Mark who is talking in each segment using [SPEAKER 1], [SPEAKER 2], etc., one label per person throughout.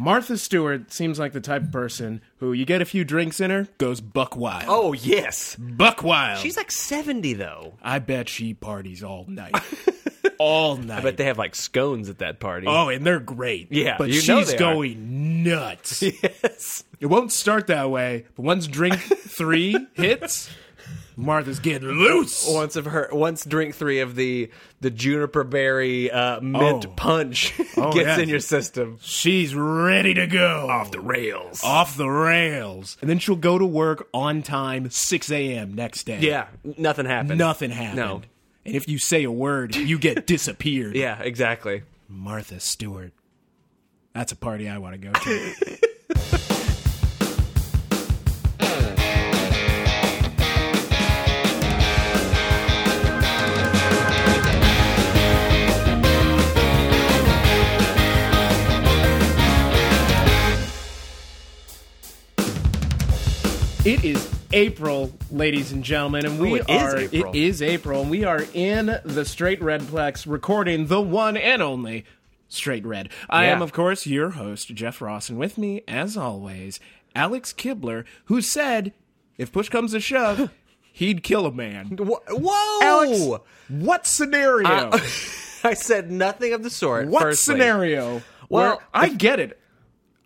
[SPEAKER 1] Martha Stewart seems like the type of person who you get a few drinks in her, goes buck wild.
[SPEAKER 2] Oh yes,
[SPEAKER 1] Buck wild.
[SPEAKER 2] she's like seventy though.
[SPEAKER 1] I bet she parties all night. all night.
[SPEAKER 2] But they have like scones at that party.
[SPEAKER 1] Oh, and they're great.
[SPEAKER 2] Yeah,
[SPEAKER 1] But
[SPEAKER 2] you know
[SPEAKER 1] she's
[SPEAKER 2] they are.
[SPEAKER 1] going nuts.
[SPEAKER 2] yes,
[SPEAKER 1] It won't start that way, but once drink three hits, Martha's getting loose.
[SPEAKER 2] once of her once drink three of the the juniper berry uh, mint
[SPEAKER 1] Oh.
[SPEAKER 2] punch gets
[SPEAKER 1] yes.
[SPEAKER 2] in your system. Oh,
[SPEAKER 1] She's ready to go. Off the
[SPEAKER 2] Rails.
[SPEAKER 1] off the rails. And then she'll go to work on time, six AM next day.
[SPEAKER 2] Yeah, nothing happened.
[SPEAKER 1] Nothing happened.
[SPEAKER 2] No.
[SPEAKER 1] And if you say a word, you get disappeared.
[SPEAKER 2] Yeah, exactly.
[SPEAKER 1] Martha Stewart. That's a party I want to go to. It is April, ladies and gentlemen, and we
[SPEAKER 2] Oh, it is
[SPEAKER 1] are
[SPEAKER 2] April.
[SPEAKER 1] it is April, and we are in the Straight Redplex recording the one and only Straight Red. I am,
[SPEAKER 2] Yeah.
[SPEAKER 1] of course, your host Jeff Ross, and with me, as always, Alex Kibler, who said, "If push comes to shove, he'd kill a man."
[SPEAKER 2] Wha- Whoa,
[SPEAKER 1] Alex, what scenario?
[SPEAKER 2] Uh, I said nothing of the sort.
[SPEAKER 1] what
[SPEAKER 2] firstly.
[SPEAKER 1] scenario?
[SPEAKER 2] Well,
[SPEAKER 1] where- I get it.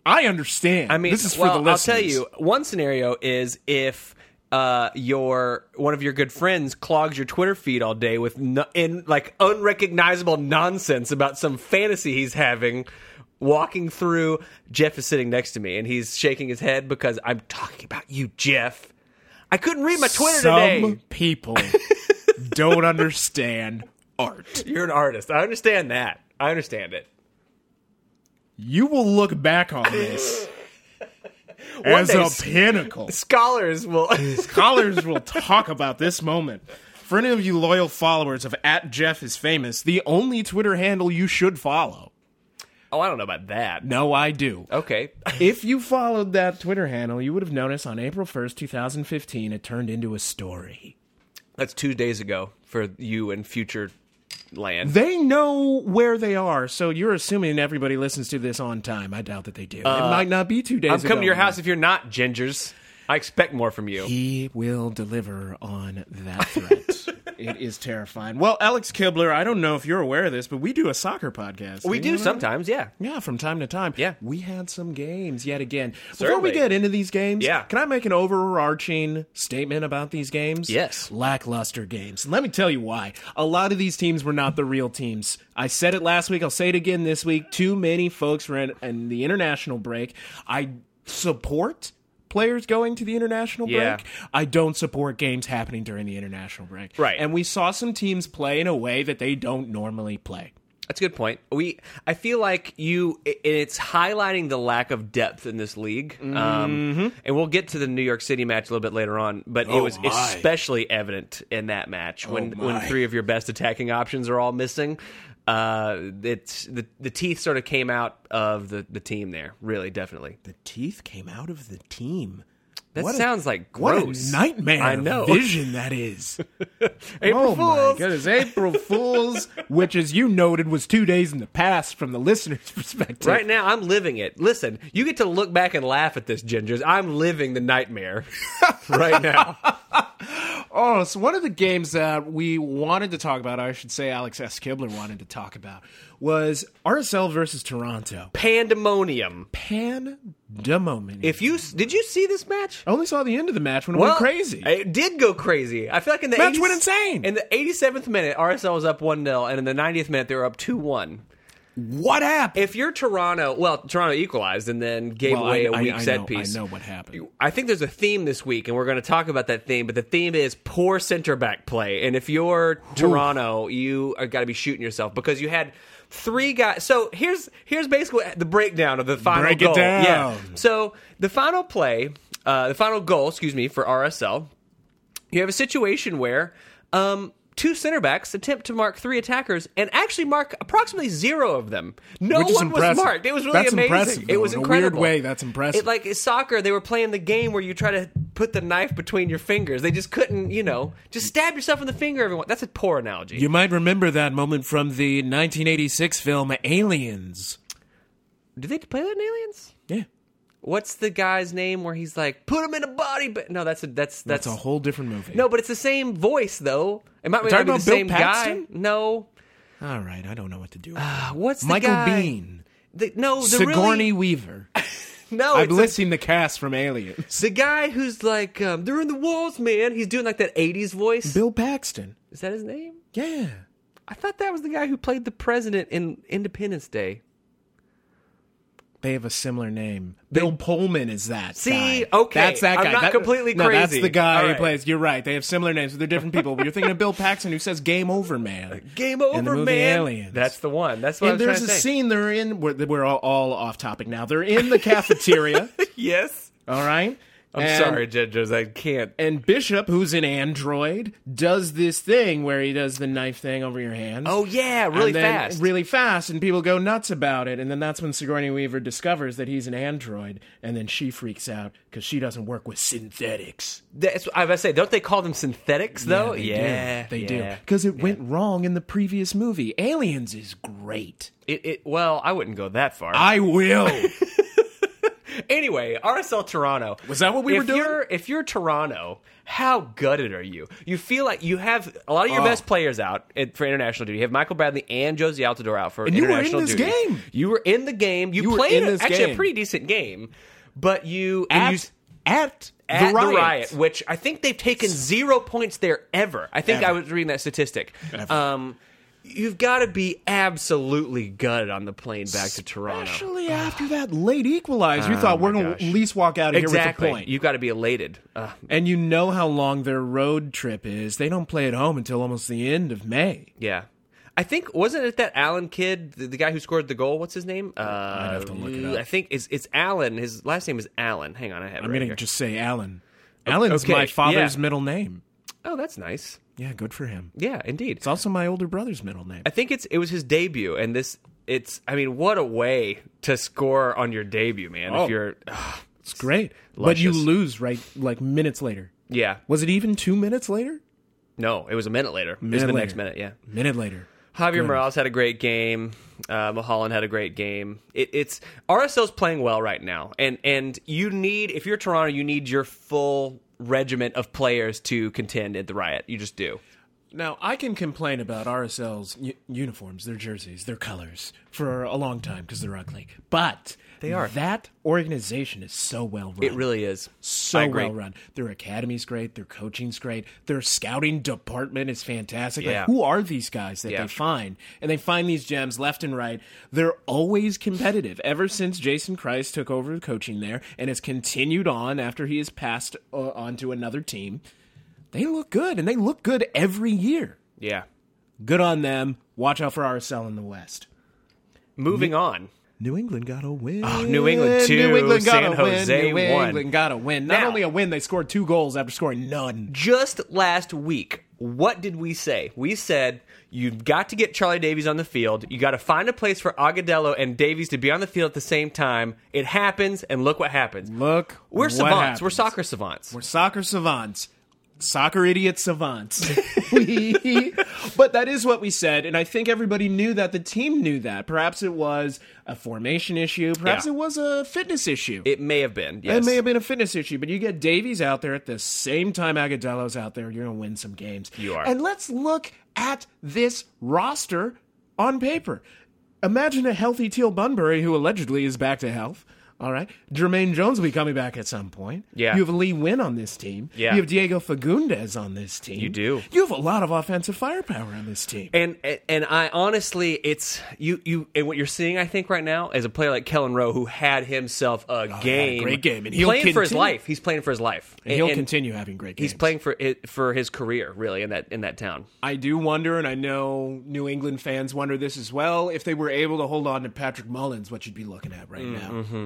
[SPEAKER 1] I understand.
[SPEAKER 2] I mean,
[SPEAKER 1] this is for
[SPEAKER 2] well,
[SPEAKER 1] the listeners.
[SPEAKER 2] I'll tell you, one scenario is if uh, your one of your good friends clogs your Twitter feed all day with no, in like unrecognizable nonsense about some fantasy he's having. Walking through, Jeff is sitting next to me, and he's shaking his head because I'm talking about you, Jeff. I couldn't read my Twitter
[SPEAKER 1] Some
[SPEAKER 2] today.
[SPEAKER 1] people don't understand art.
[SPEAKER 2] You're an artist. I understand that. I understand it.
[SPEAKER 1] You will look back on this as
[SPEAKER 2] day
[SPEAKER 1] a
[SPEAKER 2] s-
[SPEAKER 1] pinnacle.
[SPEAKER 2] Scholars will.
[SPEAKER 1] Scholars will talk about this moment. For any of you loyal followers of at Jeff is famous, the only Twitter handle you should follow.
[SPEAKER 2] oh, I don't know about that.
[SPEAKER 1] No, I do.
[SPEAKER 2] Okay.
[SPEAKER 1] If you followed that Twitter handle, you would have noticed on April 1st, 2015, it turned into a story.
[SPEAKER 2] That's two days ago for you and future land.
[SPEAKER 1] They know where they are, so you're assuming everybody listens to this on time. I doubt that they do. it might not be two days
[SPEAKER 2] Uh, I'm coming
[SPEAKER 1] ago.
[SPEAKER 2] to your house if you're not gingers. I expect more from you.
[SPEAKER 1] He will deliver on that threat. it is terrifying. Well, Alex Kibler, I don't know if you're aware of this, but we do a soccer podcast.
[SPEAKER 2] We
[SPEAKER 1] Did
[SPEAKER 2] do
[SPEAKER 1] you know that?
[SPEAKER 2] sometimes, yeah.
[SPEAKER 1] Yeah, from time to time.
[SPEAKER 2] Yeah.
[SPEAKER 1] We had some games yet again. Before we
[SPEAKER 2] Certainly.
[SPEAKER 1] get into these games,
[SPEAKER 2] Yeah.
[SPEAKER 1] can I make an overarching statement about these games?
[SPEAKER 2] Yes.
[SPEAKER 1] Lackluster games. And let me tell you why. A lot of these teams were not the real teams. I said it last week, I'll say it again this week. Too many folks were in, in the international break. I support players going to the international break.
[SPEAKER 2] Yeah.
[SPEAKER 1] I don't support games happening during the international break.
[SPEAKER 2] Right.
[SPEAKER 1] And we saw some teams play in a way that they don't normally play.
[SPEAKER 2] That's a good point. We, I feel like you, i- it's highlighting the lack of depth in this league. Um, and we'll get to the New York City match a little bit later on, but it
[SPEAKER 1] Mm-hmm. Oh,
[SPEAKER 2] was
[SPEAKER 1] my. Oh
[SPEAKER 2] especially evident in that match when when
[SPEAKER 1] my.
[SPEAKER 2] three of your best attacking options are all missing. Uh, it's the the teeth sort of came out of the the team there. Really, definitely.
[SPEAKER 1] the teeth came out of the team.
[SPEAKER 2] That
[SPEAKER 1] What a-
[SPEAKER 2] sounds like
[SPEAKER 1] What
[SPEAKER 2] gross.
[SPEAKER 1] a nightmare!
[SPEAKER 2] I know.
[SPEAKER 1] of vision that is.
[SPEAKER 2] April
[SPEAKER 1] oh my
[SPEAKER 2] Fools.
[SPEAKER 1] goodness, April Fools, which, as you noted, was two days in the past from the listener's perspective.
[SPEAKER 2] Right now, I'm living it. Listen, you get to look back and laugh at this, Gingers. I'm living the nightmare right now.
[SPEAKER 1] Oh, so one of the games that we wanted to talk about, I should say, Alex S. Kibler wanted to talk about, was RSL versus Toronto.
[SPEAKER 2] Pandemonium.
[SPEAKER 1] Pandemonium.
[SPEAKER 2] If you did, you see this match?
[SPEAKER 1] I only saw the end of the match when it went crazy.
[SPEAKER 2] It did go crazy. I feel like in the
[SPEAKER 1] Match
[SPEAKER 2] 80s
[SPEAKER 1] went insane.
[SPEAKER 2] In the 87th minute, RSL was up one 0 and in the 90th minute, they were up two one.
[SPEAKER 1] what happened?
[SPEAKER 2] If you're Toronto, well, Toronto equalized and then gave
[SPEAKER 1] Well,
[SPEAKER 2] away a
[SPEAKER 1] I- I-
[SPEAKER 2] weak
[SPEAKER 1] I
[SPEAKER 2] set
[SPEAKER 1] know-
[SPEAKER 2] piece.
[SPEAKER 1] I know what happened.
[SPEAKER 2] I think there's a theme this week, and we're going to talk about that theme. But the theme is poor center back play, and if you're Toronto, you are got to be shooting yourself because you had three guys. So here's here's basically the breakdown of the final
[SPEAKER 1] Break it
[SPEAKER 2] goal. Yeah.
[SPEAKER 1] down.
[SPEAKER 2] So the final play, uh, the final goal, excuse me, for RSL, you have a situation where. Um, Two center backs attempt to mark three attackers and actually mark approximately zero of them. No
[SPEAKER 1] Which is
[SPEAKER 2] one was
[SPEAKER 1] impressive.
[SPEAKER 2] marked. It was really
[SPEAKER 1] That's
[SPEAKER 2] amazing.
[SPEAKER 1] impressive,
[SPEAKER 2] it
[SPEAKER 1] though,
[SPEAKER 2] was
[SPEAKER 1] in a weird
[SPEAKER 2] incredible.
[SPEAKER 1] way, that's impressive.
[SPEAKER 2] It, like in soccer, they were playing the game where you try to put the knife between your fingers. They just couldn't, you know, just stab yourself in the finger. Everyone, that's a poor analogy.
[SPEAKER 1] You might remember that moment from the 1986 film Aliens.
[SPEAKER 2] Do they play that in Aliens?
[SPEAKER 1] Yeah.
[SPEAKER 2] What's the guy's name where he's like, put him in a body? But no, that's a, that's that's,
[SPEAKER 1] That's a whole different movie.
[SPEAKER 2] no, but it's the same voice though. It might, might
[SPEAKER 1] talking
[SPEAKER 2] not be the
[SPEAKER 1] about Bill
[SPEAKER 2] same
[SPEAKER 1] Paxton?
[SPEAKER 2] guy. No,
[SPEAKER 1] All right, I don't know what to do.
[SPEAKER 2] Uh, what's the
[SPEAKER 1] Michael
[SPEAKER 2] guy-
[SPEAKER 1] Bean,
[SPEAKER 2] The, no, the really-
[SPEAKER 1] Sigourney Weaver.
[SPEAKER 2] no,
[SPEAKER 1] I'm
[SPEAKER 2] it's a-
[SPEAKER 1] listing the cast from Aliens.
[SPEAKER 2] the guy who's like, um, they're in the walls, man. He's doing like that '80s voice.
[SPEAKER 1] Bill Paxton.
[SPEAKER 2] Is that his name?
[SPEAKER 1] Yeah.
[SPEAKER 2] I thought that was the guy who played the president in Independence Day.
[SPEAKER 1] They have a similar name. Bill Pullman is that.
[SPEAKER 2] See,
[SPEAKER 1] guy.
[SPEAKER 2] okay,
[SPEAKER 1] that's that
[SPEAKER 2] I'm
[SPEAKER 1] guy.
[SPEAKER 2] not
[SPEAKER 1] That-
[SPEAKER 2] completely
[SPEAKER 1] no, That's
[SPEAKER 2] crazy.
[SPEAKER 1] the guy
[SPEAKER 2] All
[SPEAKER 1] who
[SPEAKER 2] right.
[SPEAKER 1] plays. You're right. They have similar names, but they're different people. But you're thinking of Bill Paxton, who says "Game over, man."
[SPEAKER 2] Game
[SPEAKER 1] In the
[SPEAKER 2] over,
[SPEAKER 1] movie
[SPEAKER 2] man.
[SPEAKER 1] Aliens.
[SPEAKER 2] That's the one. That's what I
[SPEAKER 1] And
[SPEAKER 2] was
[SPEAKER 1] there's
[SPEAKER 2] trying
[SPEAKER 1] a
[SPEAKER 2] to say.
[SPEAKER 1] scene they're in. We're, we're all, all off topic now. They're in the cafeteria.
[SPEAKER 2] Yes.
[SPEAKER 1] all right.
[SPEAKER 2] I'm
[SPEAKER 1] And-
[SPEAKER 2] sorry, Judges. I can't.
[SPEAKER 1] And Bishop, who's an android, does this thing where he does the knife thing over your hand.
[SPEAKER 2] Oh yeah, really
[SPEAKER 1] And then
[SPEAKER 2] fast.
[SPEAKER 1] Really fast, and people go nuts about it. And then that's when Sigourney Weaver discovers that he's an android, and then she freaks out because she doesn't work with synthetics.
[SPEAKER 2] That's I was say. Don't they call them synthetics though?
[SPEAKER 1] they
[SPEAKER 2] Oh, yeah,
[SPEAKER 1] do. They
[SPEAKER 2] yeah.
[SPEAKER 1] do. Because it went wrong in the previous movie. Aliens is great.
[SPEAKER 2] It, it, well, I wouldn't go that far.
[SPEAKER 1] I will.
[SPEAKER 2] anyway, RSL Toronto.
[SPEAKER 1] Was that what we
[SPEAKER 2] if
[SPEAKER 1] were doing?
[SPEAKER 2] You're, if you're Toronto, how gutted are you? You feel like you have a lot of your
[SPEAKER 1] Oh.
[SPEAKER 2] best players out at, for international duty. You have Michael Bradley and Josie Altidore out for
[SPEAKER 1] you were in
[SPEAKER 2] international
[SPEAKER 1] this
[SPEAKER 2] duty.
[SPEAKER 1] game.
[SPEAKER 2] You were in the game. You,
[SPEAKER 1] You were
[SPEAKER 2] played
[SPEAKER 1] in
[SPEAKER 2] a-
[SPEAKER 1] this
[SPEAKER 2] actually a
[SPEAKER 1] game.
[SPEAKER 2] pretty decent game, but you and you,
[SPEAKER 1] at, at,
[SPEAKER 2] at
[SPEAKER 1] the riot.
[SPEAKER 2] which I think they've taken zero points there ever. I think I
[SPEAKER 1] Ever.
[SPEAKER 2] was reading that statistic.
[SPEAKER 1] Ever.
[SPEAKER 2] Um, you've got to be absolutely gutted on the plane back to Toronto.
[SPEAKER 1] Especially after that late equalizer, you thought we're going to at
[SPEAKER 2] Oh gosh.
[SPEAKER 1] least walk out of
[SPEAKER 2] Exactly.
[SPEAKER 1] here with a point.
[SPEAKER 2] You've got to be elated. Uh,
[SPEAKER 1] and you know how long their road trip is. They don't play at home until almost the end of May.
[SPEAKER 2] yeah. I think wasn't it that Allen kid, the, the guy who scored the goal? What's his name? Uh, I
[SPEAKER 1] have to look it up.
[SPEAKER 2] I think it's it's Allen. His last name is Allen. Hang on, I have. it
[SPEAKER 1] I'm
[SPEAKER 2] right
[SPEAKER 1] going
[SPEAKER 2] here.
[SPEAKER 1] to just say Alan. Alan's
[SPEAKER 2] okay,
[SPEAKER 1] my father's
[SPEAKER 2] yeah.
[SPEAKER 1] middle name.
[SPEAKER 2] Oh, that's nice.
[SPEAKER 1] Yeah, good for him.
[SPEAKER 2] Yeah, indeed.
[SPEAKER 1] It's also my older brother's middle name.
[SPEAKER 2] I think it's it was his debut, and this it's. I mean, what a way to score on your debut, man!
[SPEAKER 1] Oh.
[SPEAKER 2] If you're,
[SPEAKER 1] It's great. But you
[SPEAKER 2] luscious.
[SPEAKER 1] lose right like minutes later.
[SPEAKER 2] yeah,
[SPEAKER 1] Was it even 2 minutes later?
[SPEAKER 2] no, it was a minute later. it was
[SPEAKER 1] Minute
[SPEAKER 2] the
[SPEAKER 1] later.
[SPEAKER 2] next minute, yeah.
[SPEAKER 1] Minute later.
[SPEAKER 2] Javier Morales had a great game. Uh, Mulholland had a great game. It, it's RSL's playing well right now, and and you need if you're Toronto, you need your full regiment of players to contend at the riot. You just do.
[SPEAKER 1] Now, I can complain about RSL's u- uniforms, their jerseys, their colors for a long time because they're ugly. But they
[SPEAKER 2] are.
[SPEAKER 1] That organization is so well run.
[SPEAKER 2] It really is I
[SPEAKER 1] so
[SPEAKER 2] agree.
[SPEAKER 1] well run. Their academy's great. Their coaching's great. Their scouting department is fantastic.
[SPEAKER 2] Yeah.
[SPEAKER 1] Like, who are these guys that
[SPEAKER 2] Yeah.
[SPEAKER 1] they find? And they find these gems left and right. They're always competitive. Ever since Jason Christ took over coaching there and has continued on after he has passed uh, on to another team, they look good and they look good every year.
[SPEAKER 2] Yeah.
[SPEAKER 1] Good on them. Watch out for RSL in the West.
[SPEAKER 2] Moving on.
[SPEAKER 1] New England got a win.
[SPEAKER 2] Ah, New England two,
[SPEAKER 1] New England got
[SPEAKER 2] San
[SPEAKER 1] a win.
[SPEAKER 2] Jose
[SPEAKER 1] New
[SPEAKER 2] one.
[SPEAKER 1] England got a win. Not
[SPEAKER 2] Now-
[SPEAKER 1] only a win, they scored two goals after scoring none.
[SPEAKER 2] just last week, what did we say? We said you've got to get Charlie Davies on the field. You got to find a place for Agudelo and Davies to be on the field at the same time. It happens, and look what happens.
[SPEAKER 1] Look,
[SPEAKER 2] We're
[SPEAKER 1] what
[SPEAKER 2] savants.
[SPEAKER 1] happens.
[SPEAKER 2] We're soccer savants.
[SPEAKER 1] We're soccer savants. Soccer idiot savants. We- but that is what we said, and I think everybody knew that. The team knew that. Perhaps it was a formation issue. Perhaps
[SPEAKER 2] Yeah.
[SPEAKER 1] it was a fitness issue.
[SPEAKER 2] it may have been. Yes.
[SPEAKER 1] It may have been a fitness issue, but you get Davies out there at the same time Agudelo out there, you're going to win some games.
[SPEAKER 2] You are.
[SPEAKER 1] And let's look at this roster on paper. Imagine a healthy Teal Bunbury, who allegedly is back to health. All right. Jermaine Jones will be coming back at some point.
[SPEAKER 2] Yeah.
[SPEAKER 1] You have Lee Win on this team.
[SPEAKER 2] Yeah.
[SPEAKER 1] You have Diego Fagundes on this team. You
[SPEAKER 2] do.
[SPEAKER 1] You have a lot of offensive firepower on this team.
[SPEAKER 2] and and- and I honestly, it's you you and what you're seeing. I think right now is a player like Kellen Rowe who had himself
[SPEAKER 1] Oh,
[SPEAKER 2] a game,
[SPEAKER 1] great game, and he'll
[SPEAKER 2] playing for his
[SPEAKER 1] continue.
[SPEAKER 2] life. He's playing for his life.
[SPEAKER 1] And he'll
[SPEAKER 2] And- and
[SPEAKER 1] continue having great games.
[SPEAKER 2] He's playing for for his career, really, in that in that town.
[SPEAKER 1] I do wonder, and I know New England fans wonder this as well, if they were able to hold on to Patrick Mullins, what you'd be looking at right now.
[SPEAKER 2] Mm-hmm,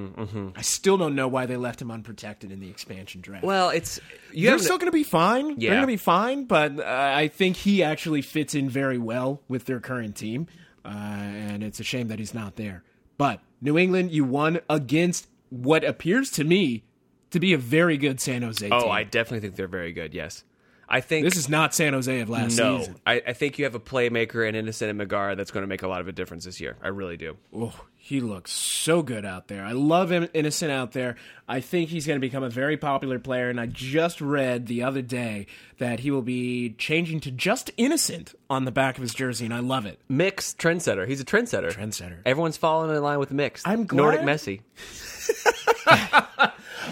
[SPEAKER 1] I still don't know why they left him unprotected in the expansion draft.
[SPEAKER 2] Well, it's you
[SPEAKER 1] They're
[SPEAKER 2] haven't-
[SPEAKER 1] still going to be fine.
[SPEAKER 2] Yeah.
[SPEAKER 1] They're going to be fine, but uh, I think he actually fits in very well with their current team, uh, and it's a shame that he's not there. But New England, you won against what appears to me to be a very good San Jose team.
[SPEAKER 2] Oh, I definitely think they're very good. Yes, I think
[SPEAKER 1] This is not San Jose of last
[SPEAKER 2] no.
[SPEAKER 1] season.
[SPEAKER 2] I, I think you have a playmaker and innocent and Megara that's going to make a lot of a difference this year. I really do.
[SPEAKER 1] Oh, he looks so good out there. I love him, innocent out there. I think he's going to become a very popular player. And I just read the other day that he will be changing to just innocent on the back of his jersey, and I love it.
[SPEAKER 2] Mix trendsetter. He's a trendsetter.
[SPEAKER 1] Trendsetter.
[SPEAKER 2] Everyone's falling in line with Mix.
[SPEAKER 1] I'm
[SPEAKER 2] Nordic
[SPEAKER 1] glad-
[SPEAKER 2] Messi.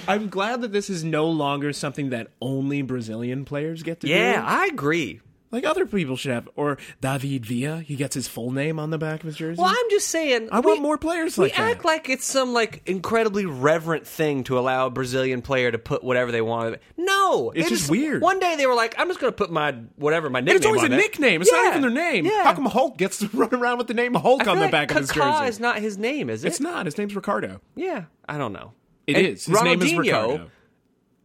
[SPEAKER 1] I'm glad that this is no longer something that only Brazilian players get to
[SPEAKER 2] Yeah,
[SPEAKER 1] do.
[SPEAKER 2] I agree.
[SPEAKER 1] Like other people should have. Or David Villa, he gets his full name on the back of his jersey.
[SPEAKER 2] Well, I'm just saying.
[SPEAKER 1] I want more players
[SPEAKER 2] We
[SPEAKER 1] like that.
[SPEAKER 2] act like it's some like incredibly reverent thing to allow a Brazilian player to put whatever they want. No,
[SPEAKER 1] It's
[SPEAKER 2] they
[SPEAKER 1] just weird.
[SPEAKER 2] One day they were like, "I'm just going to put my whatever my nickname."
[SPEAKER 1] it's always a
[SPEAKER 2] on it."
[SPEAKER 1] nickname. It's not
[SPEAKER 2] Yeah,
[SPEAKER 1] even their name.
[SPEAKER 2] Yeah.
[SPEAKER 1] How come Hulk gets to run around with the name Hulk
[SPEAKER 2] I feel
[SPEAKER 1] on the
[SPEAKER 2] like
[SPEAKER 1] back of his
[SPEAKER 2] Kaká
[SPEAKER 1] jersey?
[SPEAKER 2] is not his name, is it?
[SPEAKER 1] It's not. His name's Ricardo.
[SPEAKER 2] Yeah, I don't know.
[SPEAKER 1] It
[SPEAKER 2] And
[SPEAKER 1] is. His name is
[SPEAKER 2] Ronaldinho-
[SPEAKER 1] Ricardo.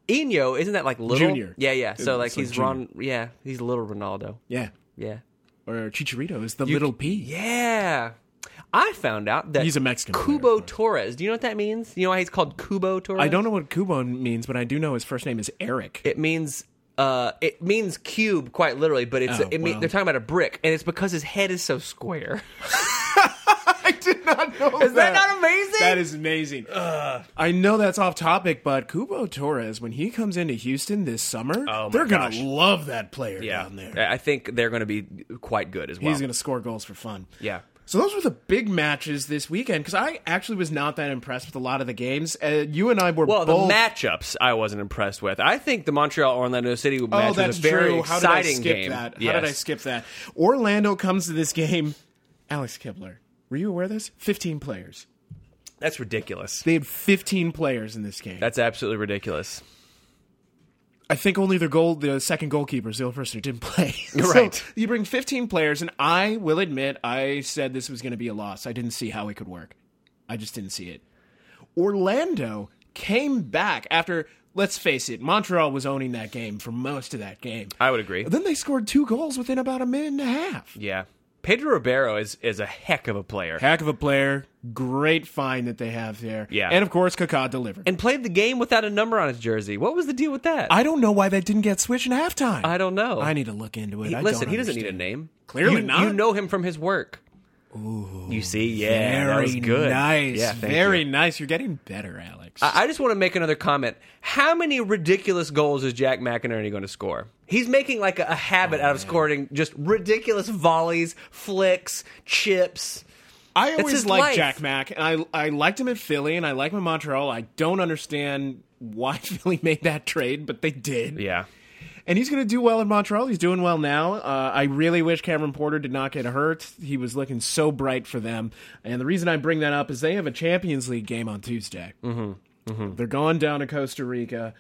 [SPEAKER 2] Eno, isn't that like little?
[SPEAKER 1] Junior.
[SPEAKER 2] Yeah, yeah. So like
[SPEAKER 1] It's like
[SPEAKER 2] he's Ron. Yeah, he's little Ronaldo.
[SPEAKER 1] Yeah.
[SPEAKER 2] Yeah.
[SPEAKER 1] Or Chicharito is the little P.
[SPEAKER 2] Yeah. I found out that
[SPEAKER 1] He's a Mexican player, of
[SPEAKER 2] Kubo
[SPEAKER 1] course.
[SPEAKER 2] Torres. Do you know what that means? You know why he's called Kubo Torres?
[SPEAKER 1] I don't know what Kubo means, but I do know his first name is Eric.
[SPEAKER 2] It means uh, it means cube quite literally, but it's
[SPEAKER 1] Oh,
[SPEAKER 2] it mean,
[SPEAKER 1] wow.
[SPEAKER 2] they're talking about a brick, and it's because his head is so square.
[SPEAKER 1] I did not know
[SPEAKER 2] Is that not amazing?
[SPEAKER 1] That is amazing. I know that's off topic, but Kubo Torres, when he comes into Houston this summer,
[SPEAKER 2] Oh my
[SPEAKER 1] they're going
[SPEAKER 2] gosh.
[SPEAKER 1] to love that player down there.
[SPEAKER 2] I I think they're going to be quite good as well.
[SPEAKER 1] He's going to score goals for fun.
[SPEAKER 2] Yeah.
[SPEAKER 1] So those were the big matches this weekend because I actually was not that impressed with a lot of the games. Uh, you and I were
[SPEAKER 2] well,
[SPEAKER 1] both.
[SPEAKER 2] the matchups I wasn't impressed with. I think the Montreal Orlando City match
[SPEAKER 1] oh,
[SPEAKER 2] was
[SPEAKER 1] that's
[SPEAKER 2] a very
[SPEAKER 1] true. How did I
[SPEAKER 2] exciting
[SPEAKER 1] skip
[SPEAKER 2] game.
[SPEAKER 1] that? How
[SPEAKER 2] Yes.
[SPEAKER 1] did I skip that? Orlando comes to this game. Alex Kibler, were you aware of this? Fifteen players.
[SPEAKER 2] That's ridiculous.
[SPEAKER 1] They had fifteen players in this game.
[SPEAKER 2] That's absolutely ridiculous.
[SPEAKER 1] I think only their goal, the second goalkeeper, Zil Furster, didn't play. So,
[SPEAKER 2] Right.
[SPEAKER 1] you bring 15 players, and I will admit, I said this was going to be a loss. I didn't see how it could work. I just didn't see it. Orlando came back after, let's face it, Montreal was owning that game for most of that game.
[SPEAKER 2] I would agree.
[SPEAKER 1] Then they scored two goals within about a minute and a half.
[SPEAKER 2] Yeah. Pedro Ribeiro is, is a heck of a player.
[SPEAKER 1] Heck of a player. Great find that they have there.
[SPEAKER 2] Yeah.
[SPEAKER 1] And of course, Kaká delivered.
[SPEAKER 2] And played the game without a number on his jersey. What was the deal with that?
[SPEAKER 1] I don't know why that didn't get switched in halftime.
[SPEAKER 2] I don't know.
[SPEAKER 1] I need to look into it. I
[SPEAKER 2] Listen,
[SPEAKER 1] don't
[SPEAKER 2] he doesn't need a
[SPEAKER 1] understand.
[SPEAKER 2] name.
[SPEAKER 1] Clearly
[SPEAKER 2] you,
[SPEAKER 1] not.
[SPEAKER 2] You know him from his work. Ooh, you see, yeah,
[SPEAKER 1] Very
[SPEAKER 2] that was good.
[SPEAKER 1] nice.
[SPEAKER 2] Yeah, thank
[SPEAKER 1] Very
[SPEAKER 2] You.
[SPEAKER 1] nice. You're getting better, Alex.
[SPEAKER 2] I I just want to make another comment. How many ridiculous goals is Jack McInerney going to score? He's making like a, a
[SPEAKER 1] Oh,
[SPEAKER 2] habit out of scoring just ridiculous volleys, flicks, chips.
[SPEAKER 1] I
[SPEAKER 2] his
[SPEAKER 1] always liked
[SPEAKER 2] life.
[SPEAKER 1] Jack Mack, and I I liked him at Philly, and I like him in Montreal. I don't understand why Philly made that trade, but they did.
[SPEAKER 2] Yeah,
[SPEAKER 1] And he's going to do well in Montreal. He's doing well now. Uh, I really wish Cameron Porter did not get hurt. He was looking so bright for them. And the reason I bring that up is they have a Champions League game on Tuesday. Mm-hmm. They're going down to Costa Rica.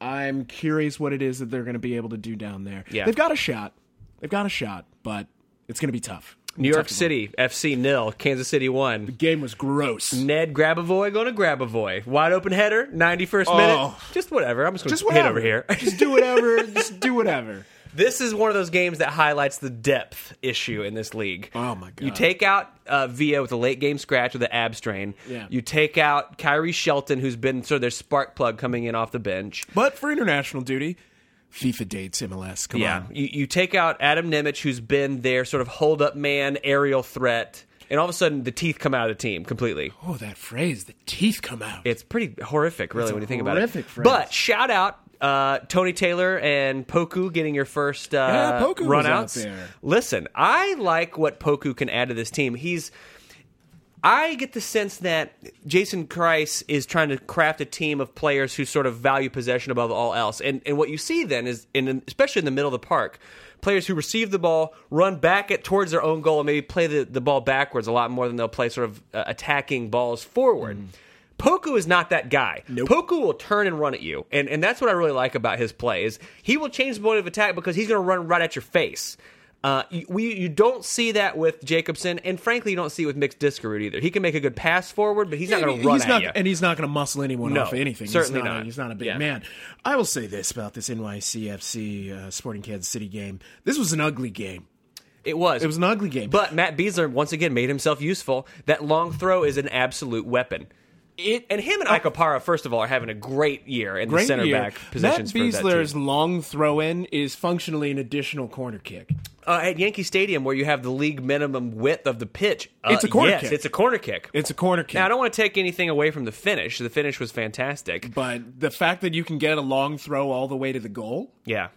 [SPEAKER 1] I'm curious what it is that they're going to be able to do down there.
[SPEAKER 2] Yeah.
[SPEAKER 1] They've got a shot. They've got a shot, but it's going to be tough.
[SPEAKER 2] New York
[SPEAKER 1] Tough.
[SPEAKER 2] City FC nil, Kansas City one.
[SPEAKER 1] Game was gross.
[SPEAKER 2] Ned Grabavoy going to Grabavoy. Wide open header, 91st minute.
[SPEAKER 1] Oh.
[SPEAKER 2] Just whatever. I'm just going
[SPEAKER 1] Just
[SPEAKER 2] to hit
[SPEAKER 1] whatever.
[SPEAKER 2] over here.
[SPEAKER 1] Just do whatever. Just do whatever.
[SPEAKER 2] this is one of those games that highlights the depth issue in this league.
[SPEAKER 1] Oh, my God.
[SPEAKER 2] You take out uh, Villa with a late game scratch with an ab strain.
[SPEAKER 1] Yeah.
[SPEAKER 2] You take out Kyrie Shelton, who's been sort of their spark plug coming in off the bench.
[SPEAKER 1] But for international duty, FIFA dates MLS. Come on.
[SPEAKER 2] You, you take out Adam Nimich, who's been their sort of hold up man, aerial threat. And all of a sudden, the teeth come out of the team completely.
[SPEAKER 1] Oh, that phrase, the teeth come out.
[SPEAKER 2] It's pretty horrific, really, when you think about it.
[SPEAKER 1] horrific phrase.
[SPEAKER 2] But shout out uh, Tony Taylor and Poku getting your first uh,
[SPEAKER 1] Yeah, Poku was
[SPEAKER 2] run
[SPEAKER 1] out
[SPEAKER 2] outs.
[SPEAKER 1] there.
[SPEAKER 2] Listen, I like what Poku can add to this team. He's I get the sense that Jason Christ is trying to craft a team of players who sort of value possession above all else. And and what you see then is, in, especially in the middle of the park, players who receive the ball, run back at towards their own goal, and maybe play the, the ball backwards a lot more than they'll play sort of uh, attacking balls forward. Poku is not that guy. Poku will turn and run at you, and and that's what I really like about his play is he will change the point of attack because he's going to run right at your face. Uh, you, we you don't see that with Jacobson, and frankly, you don't see it with Mix Diskerud either. He can make a good pass forward, but he's not going
[SPEAKER 1] And
[SPEAKER 2] to run
[SPEAKER 1] he's
[SPEAKER 2] at
[SPEAKER 1] not,
[SPEAKER 2] you.
[SPEAKER 1] and he's not going to muscle anyone
[SPEAKER 2] No,
[SPEAKER 1] off anything. He's
[SPEAKER 2] certainly
[SPEAKER 1] not a-
[SPEAKER 2] not.
[SPEAKER 1] he's not a big
[SPEAKER 2] Yeah.
[SPEAKER 1] man. I will say this about this NYCFC uh, Sporting Kansas City game. This was an ugly game.
[SPEAKER 2] it was.
[SPEAKER 1] It was an ugly game.
[SPEAKER 2] But Matt Beasler once again made himself useful. That long throw is an absolute weapon.
[SPEAKER 1] it
[SPEAKER 2] And him and Akapara, first of all, are having a great year in the
[SPEAKER 1] Oh. Great
[SPEAKER 2] center
[SPEAKER 1] year.
[SPEAKER 2] back positions
[SPEAKER 1] Matt
[SPEAKER 2] for that team.
[SPEAKER 1] Beasler's long throw in is functionally an additional corner kick.
[SPEAKER 2] Uh, at Yankee Stadium, where you have the league minimum width of the pitch, uh,
[SPEAKER 1] It's a corner
[SPEAKER 2] yes,
[SPEAKER 1] kick.
[SPEAKER 2] It's a corner kick.
[SPEAKER 1] It's a corner kick.
[SPEAKER 2] now, I don't want to take anything away from the finish. The finish was fantastic.
[SPEAKER 1] but the fact that you can get a long throw all the way to the goal,
[SPEAKER 2] Yeah.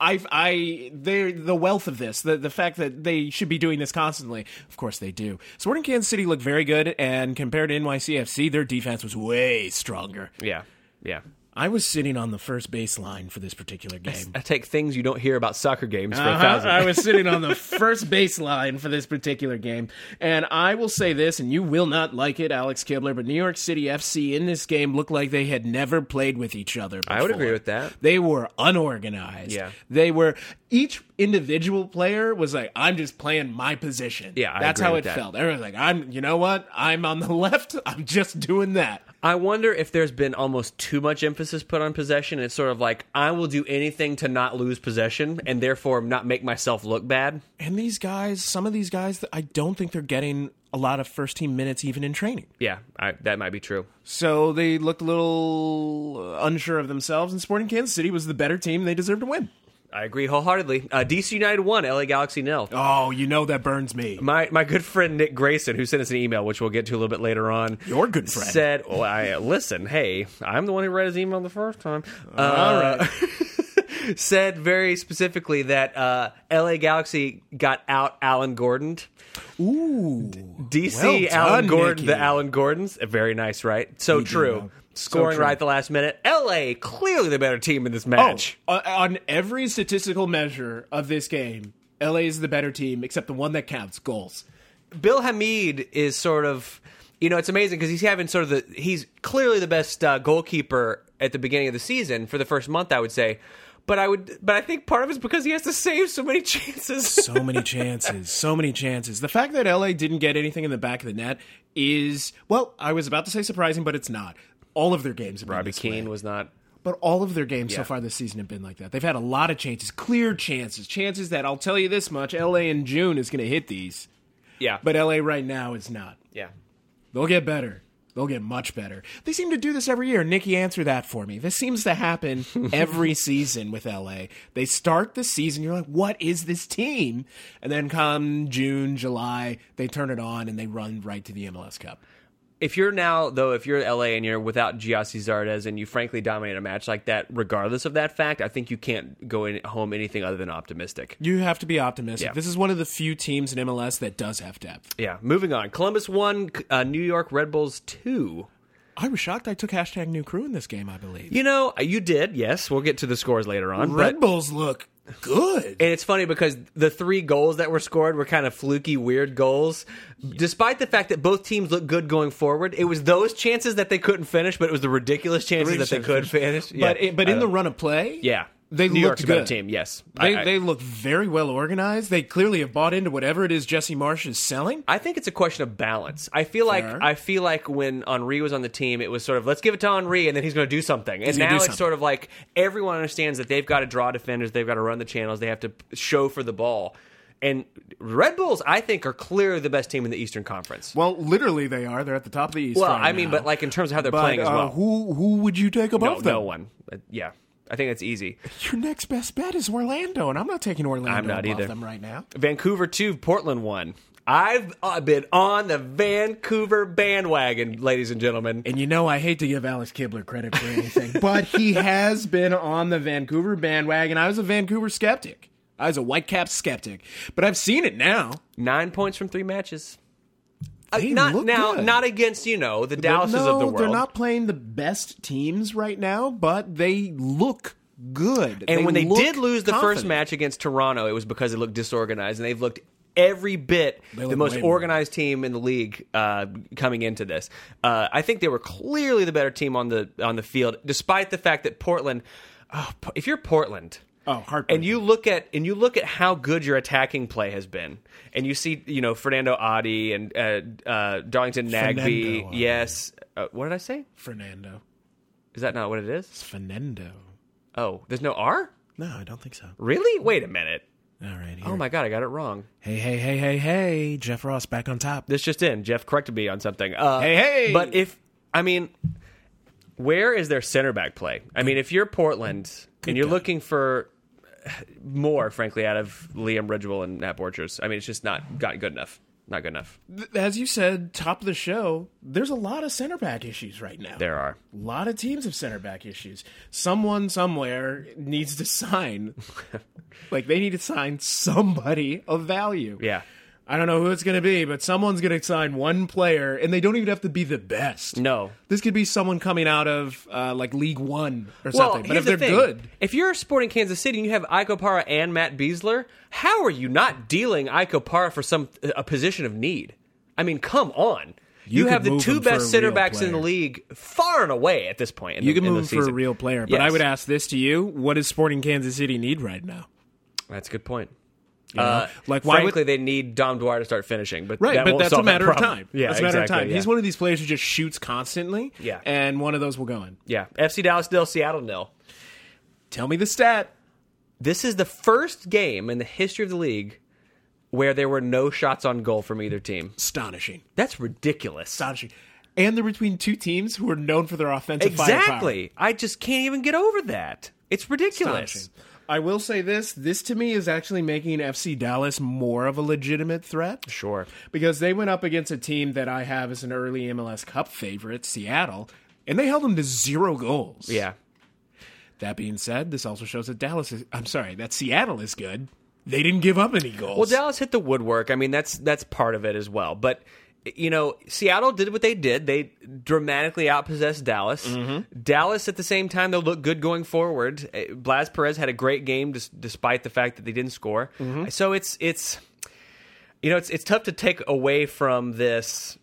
[SPEAKER 1] I've, I, they the wealth of this, the, the fact that they should be doing this constantly. Of course they do. Sporting Kansas City looked very good, and compared to NYCFC, their defense was way stronger.
[SPEAKER 2] Yeah. Yeah.
[SPEAKER 1] I was sitting on the first baseline for this particular game.
[SPEAKER 2] I take things you don't hear about soccer games for a
[SPEAKER 1] Uh-huh.
[SPEAKER 2] 1000
[SPEAKER 1] I was sitting on the first baseline for this particular game. And I will say this, and you will not like it, Alex Kibler, but New York City FC in this game looked like they had never played with each other.
[SPEAKER 2] I would
[SPEAKER 1] before.
[SPEAKER 2] agree with that.
[SPEAKER 1] They were unorganized.
[SPEAKER 2] Yeah.
[SPEAKER 1] They were each individual player was like, I'm just playing my position.
[SPEAKER 2] Yeah, I
[SPEAKER 1] That's
[SPEAKER 2] agree
[SPEAKER 1] how
[SPEAKER 2] with
[SPEAKER 1] it
[SPEAKER 2] that.
[SPEAKER 1] felt. Everyone's like, I'm you know what? I'm on the left. I'm just doing that.
[SPEAKER 2] I wonder if there's been almost too much emphasis put on possession. It's sort of like I will do anything to not lose possession and therefore not make myself look bad.
[SPEAKER 1] And these guys, some of these guys, I don't think they're getting a lot of first team minutes even in training.
[SPEAKER 2] Yeah, I, that might be true.
[SPEAKER 1] So they looked a little unsure of themselves, and Sporting Kansas City was the better team. They deserved to win.
[SPEAKER 2] I agree wholeheartedly. Uh, DC United won, LA Galaxy nil.
[SPEAKER 1] Oh, you know that burns me.
[SPEAKER 2] My my good friend Nick Grayson, who sent us an email, which we'll get to a little bit later on.
[SPEAKER 1] Your good friend.
[SPEAKER 2] said, well, I, "Listen, hey, I'm the one who read his email the first time."
[SPEAKER 1] All
[SPEAKER 2] Uh,
[SPEAKER 1] right.
[SPEAKER 2] said very specifically that uh, LA Galaxy got out Alan Gordon.
[SPEAKER 1] Ooh.
[SPEAKER 2] DC
[SPEAKER 1] Well done,
[SPEAKER 2] Alan Gordon,
[SPEAKER 1] Nikki.
[SPEAKER 2] the Alan Gordons. Uh, Very nice, right? So true.
[SPEAKER 1] well.
[SPEAKER 2] Scoring
[SPEAKER 1] So true.
[SPEAKER 2] right at the last minute. LA clearly the better team in this
[SPEAKER 1] Oh,
[SPEAKER 2] match.
[SPEAKER 1] o- on every statistical measure of this game, LA is the better team, except the one that counts goals.
[SPEAKER 2] Bill Hamid is sort of, you know, it's amazing because he's having sort of the, he's clearly the best uh, goalkeeper at the beginning of the season for the first month, I would say. But I would, but I think part of it's because he has to save so many chances.
[SPEAKER 1] So many chances. So many chances. The fact that LA didn't get anything in the back of the net is, well, I was about to say surprising, but it's not. All of their games have been
[SPEAKER 2] Robbie
[SPEAKER 1] this way.
[SPEAKER 2] Keane was not
[SPEAKER 1] But all of their games
[SPEAKER 2] Yeah.
[SPEAKER 1] so far this season have been like that. They've had a lot of chances, clear chances, chances that I'll tell you this much: LA in June is going to hit these,
[SPEAKER 2] Yeah.
[SPEAKER 1] but LA right now is not.
[SPEAKER 2] yeah.
[SPEAKER 1] They'll get better. They'll get much better. They seem to do this every year. Nikki, answer that for me. This seems to happen every season with LA. They start the season, you're like, what is this team? And then come June, July, they turn it on and they run right to the MLS Cup.
[SPEAKER 2] If you're now though, if you're LA and you're without Giassi Zardes and you frankly dominate a match like that, regardless of that fact, I think you can't go in home anything other than optimistic.
[SPEAKER 1] You have to be optimistic.
[SPEAKER 2] Yeah.
[SPEAKER 1] This is one of the few teams in MLS that does have depth.
[SPEAKER 2] Yeah. Moving on. Columbus one, uh, New York Red Bulls two.
[SPEAKER 1] I was shocked I took hashtag new crew in this game, I believe.
[SPEAKER 2] You know, you did. Yes, we'll get to the scores later on. but-
[SPEAKER 1] Red Bulls look good.
[SPEAKER 2] and it's funny because the three goals that were scored were kind of fluky, weird goals. Despite the fact that both teams looked good going forward, it was those chances that they couldn't finish, but it was the ridiculous chances that they could finish. Yeah. Uh,
[SPEAKER 1] But it, but in the run of play,
[SPEAKER 2] yeah,
[SPEAKER 1] they
[SPEAKER 2] New York's
[SPEAKER 1] looked
[SPEAKER 2] a better
[SPEAKER 1] good.
[SPEAKER 2] team. Yes,
[SPEAKER 1] They,
[SPEAKER 2] I, I-
[SPEAKER 1] they look very well organized. They clearly have bought into whatever it is Jesse Marsh is selling.
[SPEAKER 2] I think it's a question of balance. I feel like
[SPEAKER 1] Fair.
[SPEAKER 2] I feel like when Henri was on the team, it was sort of let's give it to Henri and then he's going to do something. And
[SPEAKER 1] gonna
[SPEAKER 2] now
[SPEAKER 1] do
[SPEAKER 2] it's
[SPEAKER 1] something.
[SPEAKER 2] sort of like everyone understands that they've got to draw defenders, they've got to run the channels, they have to show for the ball. And Red Bulls, I think, are clearly the best team in the Eastern Conference.
[SPEAKER 1] Well, literally they are. They're at the top of the East.
[SPEAKER 2] Well,
[SPEAKER 1] right
[SPEAKER 2] I mean,
[SPEAKER 1] now.
[SPEAKER 2] but like in terms of how they're
[SPEAKER 1] But,
[SPEAKER 2] playing as
[SPEAKER 1] uh,
[SPEAKER 2] well,
[SPEAKER 1] who who would you take above
[SPEAKER 2] no,
[SPEAKER 1] them?
[SPEAKER 2] no one. Uh, yeah, I think that's easy.
[SPEAKER 1] Your next best bet is Orlando, and I'm not taking Orlando
[SPEAKER 2] I'm not
[SPEAKER 1] above
[SPEAKER 2] either.
[SPEAKER 1] them right now.
[SPEAKER 2] Vancouver two, Portland one. I've uh, been on the Vancouver bandwagon, ladies and gentlemen.
[SPEAKER 1] And you know, I hate to give Alex Kibler credit for anything, but he has been on the Vancouver bandwagon. I was a Vancouver skeptic. I was a Whitecaps skeptic, but I've seen it now.
[SPEAKER 2] Nine points from three matches. Uh,
[SPEAKER 1] They
[SPEAKER 2] not
[SPEAKER 1] look
[SPEAKER 2] now,
[SPEAKER 1] good.
[SPEAKER 2] not against you know the Dallases
[SPEAKER 1] no,
[SPEAKER 2] of the world.
[SPEAKER 1] they're not playing the best teams right now, but they look good.
[SPEAKER 2] and when they
[SPEAKER 1] look
[SPEAKER 2] did lose the first
[SPEAKER 1] confident.
[SPEAKER 2] match against Toronto, it was because it looked disorganized, and they've looked every bit the
[SPEAKER 1] look
[SPEAKER 2] most
[SPEAKER 1] way more.
[SPEAKER 2] organized team in the league uh, coming into this. Uh, I think they were clearly the better team on the on the field, despite the fact that Portland. Oh, Po- if you're Portland,
[SPEAKER 1] oh, heartbreaking.
[SPEAKER 2] and you look at and you look at how good your attacking play has been, and you see you know Fernando Adi and uh, uh, Darlington Nagby.
[SPEAKER 1] Fernando Adi.
[SPEAKER 2] Yes, uh, what did I say?
[SPEAKER 1] Fernando,
[SPEAKER 2] Is that not what it is?
[SPEAKER 1] Fernando.
[SPEAKER 2] Oh, there's no R.
[SPEAKER 1] No, I don't think so.
[SPEAKER 2] Really? Wait a minute.
[SPEAKER 1] All right. Here.
[SPEAKER 2] Oh my god, I got it wrong.
[SPEAKER 1] Hey, hey, hey, hey, hey. Jeff Ross back on top.
[SPEAKER 2] This just in. Jeff corrected me on something. Uh,
[SPEAKER 1] Hey, hey!
[SPEAKER 2] But if I mean, where is their center back play? I mean, if you're Portland and you're
[SPEAKER 1] God.
[SPEAKER 2] looking for more, frankly, out of Liam Ridgewell and Nat Borchers, I mean, it's just not got good enough. Not good enough.
[SPEAKER 1] Th- As you said, top of the show, there's a lot of center back issues right now.
[SPEAKER 2] There are.
[SPEAKER 1] A lot of teams have center back issues. Someone somewhere needs to sign. like they need to sign somebody of value.
[SPEAKER 2] Yeah.
[SPEAKER 1] I don't know who it's going to be, but someone's going to sign one player, and they don't even have to be the best.
[SPEAKER 2] No.
[SPEAKER 1] This could be someone coming out of uh, like League One or
[SPEAKER 2] Well,
[SPEAKER 1] something. But
[SPEAKER 2] here's
[SPEAKER 1] if they're
[SPEAKER 2] the thing.
[SPEAKER 1] good,
[SPEAKER 2] If you're sporting Kansas City and you have Iko Parra and Matt Beasler, how are you not dealing Iko Parra for some a position of need? I mean, come on. You,
[SPEAKER 1] could
[SPEAKER 2] have the
[SPEAKER 1] move
[SPEAKER 2] two
[SPEAKER 1] him for a
[SPEAKER 2] best center
[SPEAKER 1] real
[SPEAKER 2] backs in the
[SPEAKER 1] player.
[SPEAKER 2] league far and away at this point. In
[SPEAKER 1] you
[SPEAKER 2] the,
[SPEAKER 1] can
[SPEAKER 2] in
[SPEAKER 1] move
[SPEAKER 2] the
[SPEAKER 1] him for a
[SPEAKER 2] season.
[SPEAKER 1] real player. But I
[SPEAKER 2] Yes.
[SPEAKER 1] would ask this to you: What does Sporting Kansas City need right now? Uh,
[SPEAKER 2] That's a good point.
[SPEAKER 1] know?
[SPEAKER 2] like,
[SPEAKER 1] Like, why
[SPEAKER 2] frankly, they need Dom Dwyer to start finishing, but
[SPEAKER 1] Right,
[SPEAKER 2] that
[SPEAKER 1] but
[SPEAKER 2] won't
[SPEAKER 1] that's a
[SPEAKER 2] solve that
[SPEAKER 1] matter of
[SPEAKER 2] problem.
[SPEAKER 1] time.
[SPEAKER 2] Yeah,
[SPEAKER 1] that's a matter
[SPEAKER 2] exactly,
[SPEAKER 1] of time.
[SPEAKER 2] Yeah.
[SPEAKER 1] He's one of these players who just shoots constantly.
[SPEAKER 2] Yeah.
[SPEAKER 1] and one of those will go in.
[SPEAKER 2] yeah. FC Dallas nil, Seattle nil.
[SPEAKER 1] Tell me the stat.
[SPEAKER 2] This is the first game in the history of the league where there were no shots on goal from either team.
[SPEAKER 1] Astonishing,
[SPEAKER 2] That's ridiculous.
[SPEAKER 1] astonishing. And they're between two teams who are known for their offensive firepower.
[SPEAKER 2] Exactly. I just can't even get over that. It's ridiculous.
[SPEAKER 1] astonishing. I will say this: this to me is actually making FC Dallas more of a legitimate threat.
[SPEAKER 2] Sure.
[SPEAKER 1] because they went up against a team that I have as an early MLS Cup favorite, Seattle, and they held them to zero goals.
[SPEAKER 2] Yeah.
[SPEAKER 1] That being said, this also shows that Dallas is. I'm sorry, that Seattle is good. They didn't give up any goals.
[SPEAKER 2] Well, Dallas hit the woodwork. I mean, that's that's part of it as well. But you know, Seattle did what they did. They dramatically outpossessed Dallas. Dallas, at the same time, they'll look good going forward. Eh, Blas Perez had a great game, dis- despite the fact that they didn't score. So it's it's you know it's it's tough to take away from this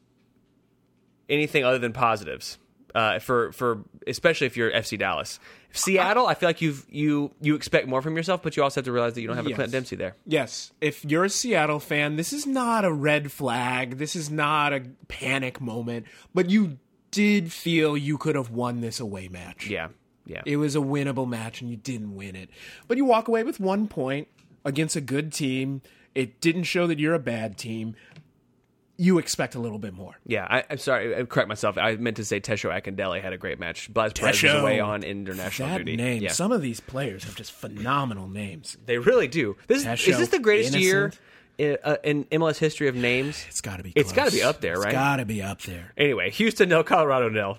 [SPEAKER 2] anything other than positives uh, for for especially if you're FC Dallas. Seattle, I feel like you've you you expect more from yourself, but you also have to realize that you don't have a
[SPEAKER 1] Yes.
[SPEAKER 2] Clint Dempsey there.
[SPEAKER 1] yes, if you're a Seattle fan, this is not a red flag. This is not a panic moment. But you did feel you could have won this away match.
[SPEAKER 2] Yeah, yeah.
[SPEAKER 1] It was a winnable match and you didn't win it. But you walk away with one point against a good team. It didn't show that you're a bad team. You expect a little bit more.
[SPEAKER 2] Yeah, I, I'm sorry. I correct myself. I meant to say Tesho Akindele had a great match. Blas Perez was
[SPEAKER 1] Tesho.
[SPEAKER 2] away on international
[SPEAKER 1] That
[SPEAKER 2] duty.
[SPEAKER 1] name.
[SPEAKER 2] Yeah.
[SPEAKER 1] Some of these players have just phenomenal names.
[SPEAKER 2] they really do. This
[SPEAKER 1] Tesho,
[SPEAKER 2] is this the greatest year i- uh, in MLS history of names?
[SPEAKER 1] It's got to be.
[SPEAKER 2] It's gotta
[SPEAKER 1] close.
[SPEAKER 2] be up there, right?
[SPEAKER 1] It's got to be up there.
[SPEAKER 2] Anyway, Houston nil, Colorado nil.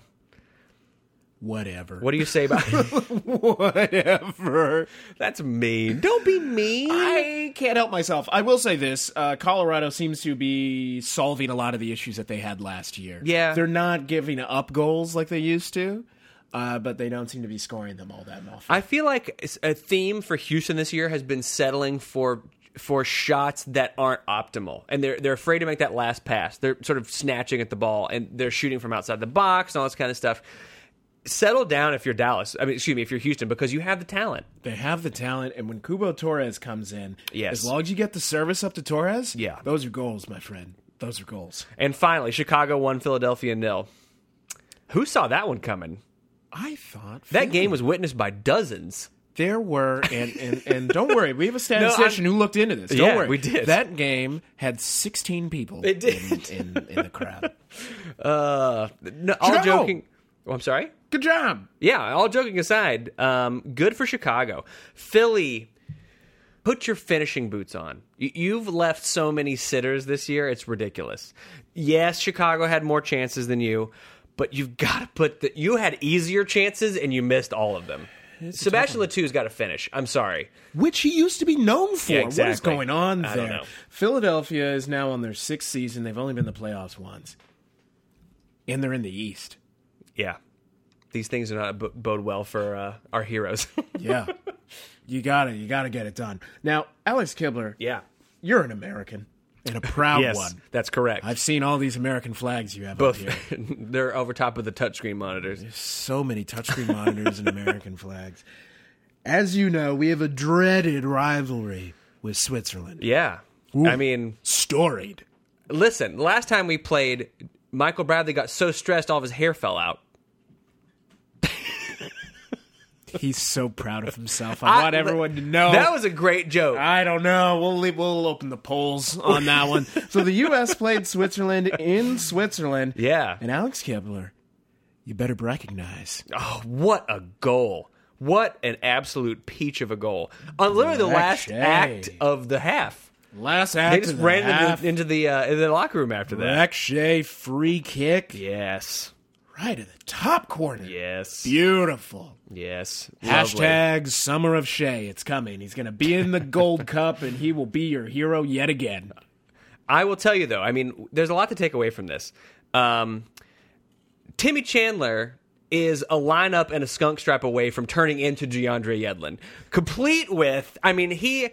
[SPEAKER 1] Whatever.
[SPEAKER 2] What do you say about
[SPEAKER 1] Whatever.
[SPEAKER 2] that's mean? Don't be mean.
[SPEAKER 1] I can't help myself. I will say this: uh, Colorado seems to be solving a lot of the issues that they had last year.
[SPEAKER 2] Yeah.
[SPEAKER 1] they're not giving up goals like they used to, uh, but they don't seem to be scoring them all that often.
[SPEAKER 2] I feel like it's- a theme for Houston this year has been settling for for shots that aren't optimal, and they're they're afraid to make that last pass. They're sort of snatching at the ball, and they're shooting from outside the box and all this kind of stuff. Settle down if you're Dallas. I mean, excuse me, if you're Houston, because you have the talent.
[SPEAKER 1] they have the talent, and when Kubo Torres comes in,
[SPEAKER 2] Yes.
[SPEAKER 1] as long as you get the service up to Torres,
[SPEAKER 2] Yeah.
[SPEAKER 1] those are goals, my friend. Those are goals.
[SPEAKER 2] And finally, Chicago won Philadelphia nil. Who saw that one coming?
[SPEAKER 1] I thought
[SPEAKER 2] That game was witnessed by dozens.
[SPEAKER 1] There were and and, and don't worry, we have a statistician who looked into this. Don't
[SPEAKER 2] Yeah,
[SPEAKER 1] worry,
[SPEAKER 2] we did.
[SPEAKER 1] That game had 16 people.
[SPEAKER 2] It did.
[SPEAKER 1] in, in, in the crowd.
[SPEAKER 2] Uh, no, all
[SPEAKER 1] Chicago!
[SPEAKER 2] joking. Oh, I'm sorry.
[SPEAKER 1] Good job.
[SPEAKER 2] Yeah, all joking aside, um, good for Chicago. Philly, put your finishing boots on. Y- You've left so many sitters this year, it's ridiculous. Yes, Chicago had more chances than you, but you've got to put the. You had easier chances and you missed all of them. Sebastian Latou's got to finish. I'm sorry.
[SPEAKER 1] which he used to be known for.
[SPEAKER 2] Yeah,
[SPEAKER 1] What is
[SPEAKER 2] exactly.
[SPEAKER 1] going on there?
[SPEAKER 2] I don't know.
[SPEAKER 1] Philadelphia is now on their sixth season. They've only been to the playoffs once, and they're in the East.
[SPEAKER 2] Yeah. These things do not b- bode well for uh, our heroes.
[SPEAKER 1] Yeah, you got to You got to get it done. Now, Alex Kibler,
[SPEAKER 2] yeah.
[SPEAKER 1] you're an American and a proud
[SPEAKER 2] Yes,
[SPEAKER 1] one.
[SPEAKER 2] that's correct.
[SPEAKER 1] I've seen all these American flags you have up here.
[SPEAKER 2] They're over top of the touchscreen monitors.
[SPEAKER 1] So many touchscreen monitors and American flags. As you know, we have a dreaded rivalry with Switzerland.
[SPEAKER 2] Yeah. I mean,
[SPEAKER 1] Storied.
[SPEAKER 2] Listen, last time we played, Michael Bradley got so stressed all of his hair fell out.
[SPEAKER 1] He's so proud of himself. I, want everyone to know.
[SPEAKER 2] That was a great joke.
[SPEAKER 1] I don't know. We'll leave, we'll open the polls on that one. so the U.S. played Switzerland in Switzerland.
[SPEAKER 2] yeah.
[SPEAKER 1] And Alex Kepler, you better recognize.
[SPEAKER 2] Oh, what a goal. What an absolute peach of a goal. On literally the last
[SPEAKER 1] Ricochet.
[SPEAKER 2] act of the half.
[SPEAKER 1] Last act.
[SPEAKER 2] They just
[SPEAKER 1] of the
[SPEAKER 2] ran
[SPEAKER 1] half,
[SPEAKER 2] into, into the uh, into the locker room after that.
[SPEAKER 1] Ricochet free kick
[SPEAKER 2] Yes.
[SPEAKER 1] right at the top corner.
[SPEAKER 2] Yes.
[SPEAKER 1] Beautiful.
[SPEAKER 2] Yes. Lovely.
[SPEAKER 1] Hashtag Summer of Shea. It's coming. He's going to be in the Gold Cup, and he will be your hero yet again.
[SPEAKER 2] I will tell you though. I mean, there's a lot to take away from this. Um, Timmy Chandler is a lineup and a skunk strap away from turning into DeAndre Yedlin, complete with. I mean, he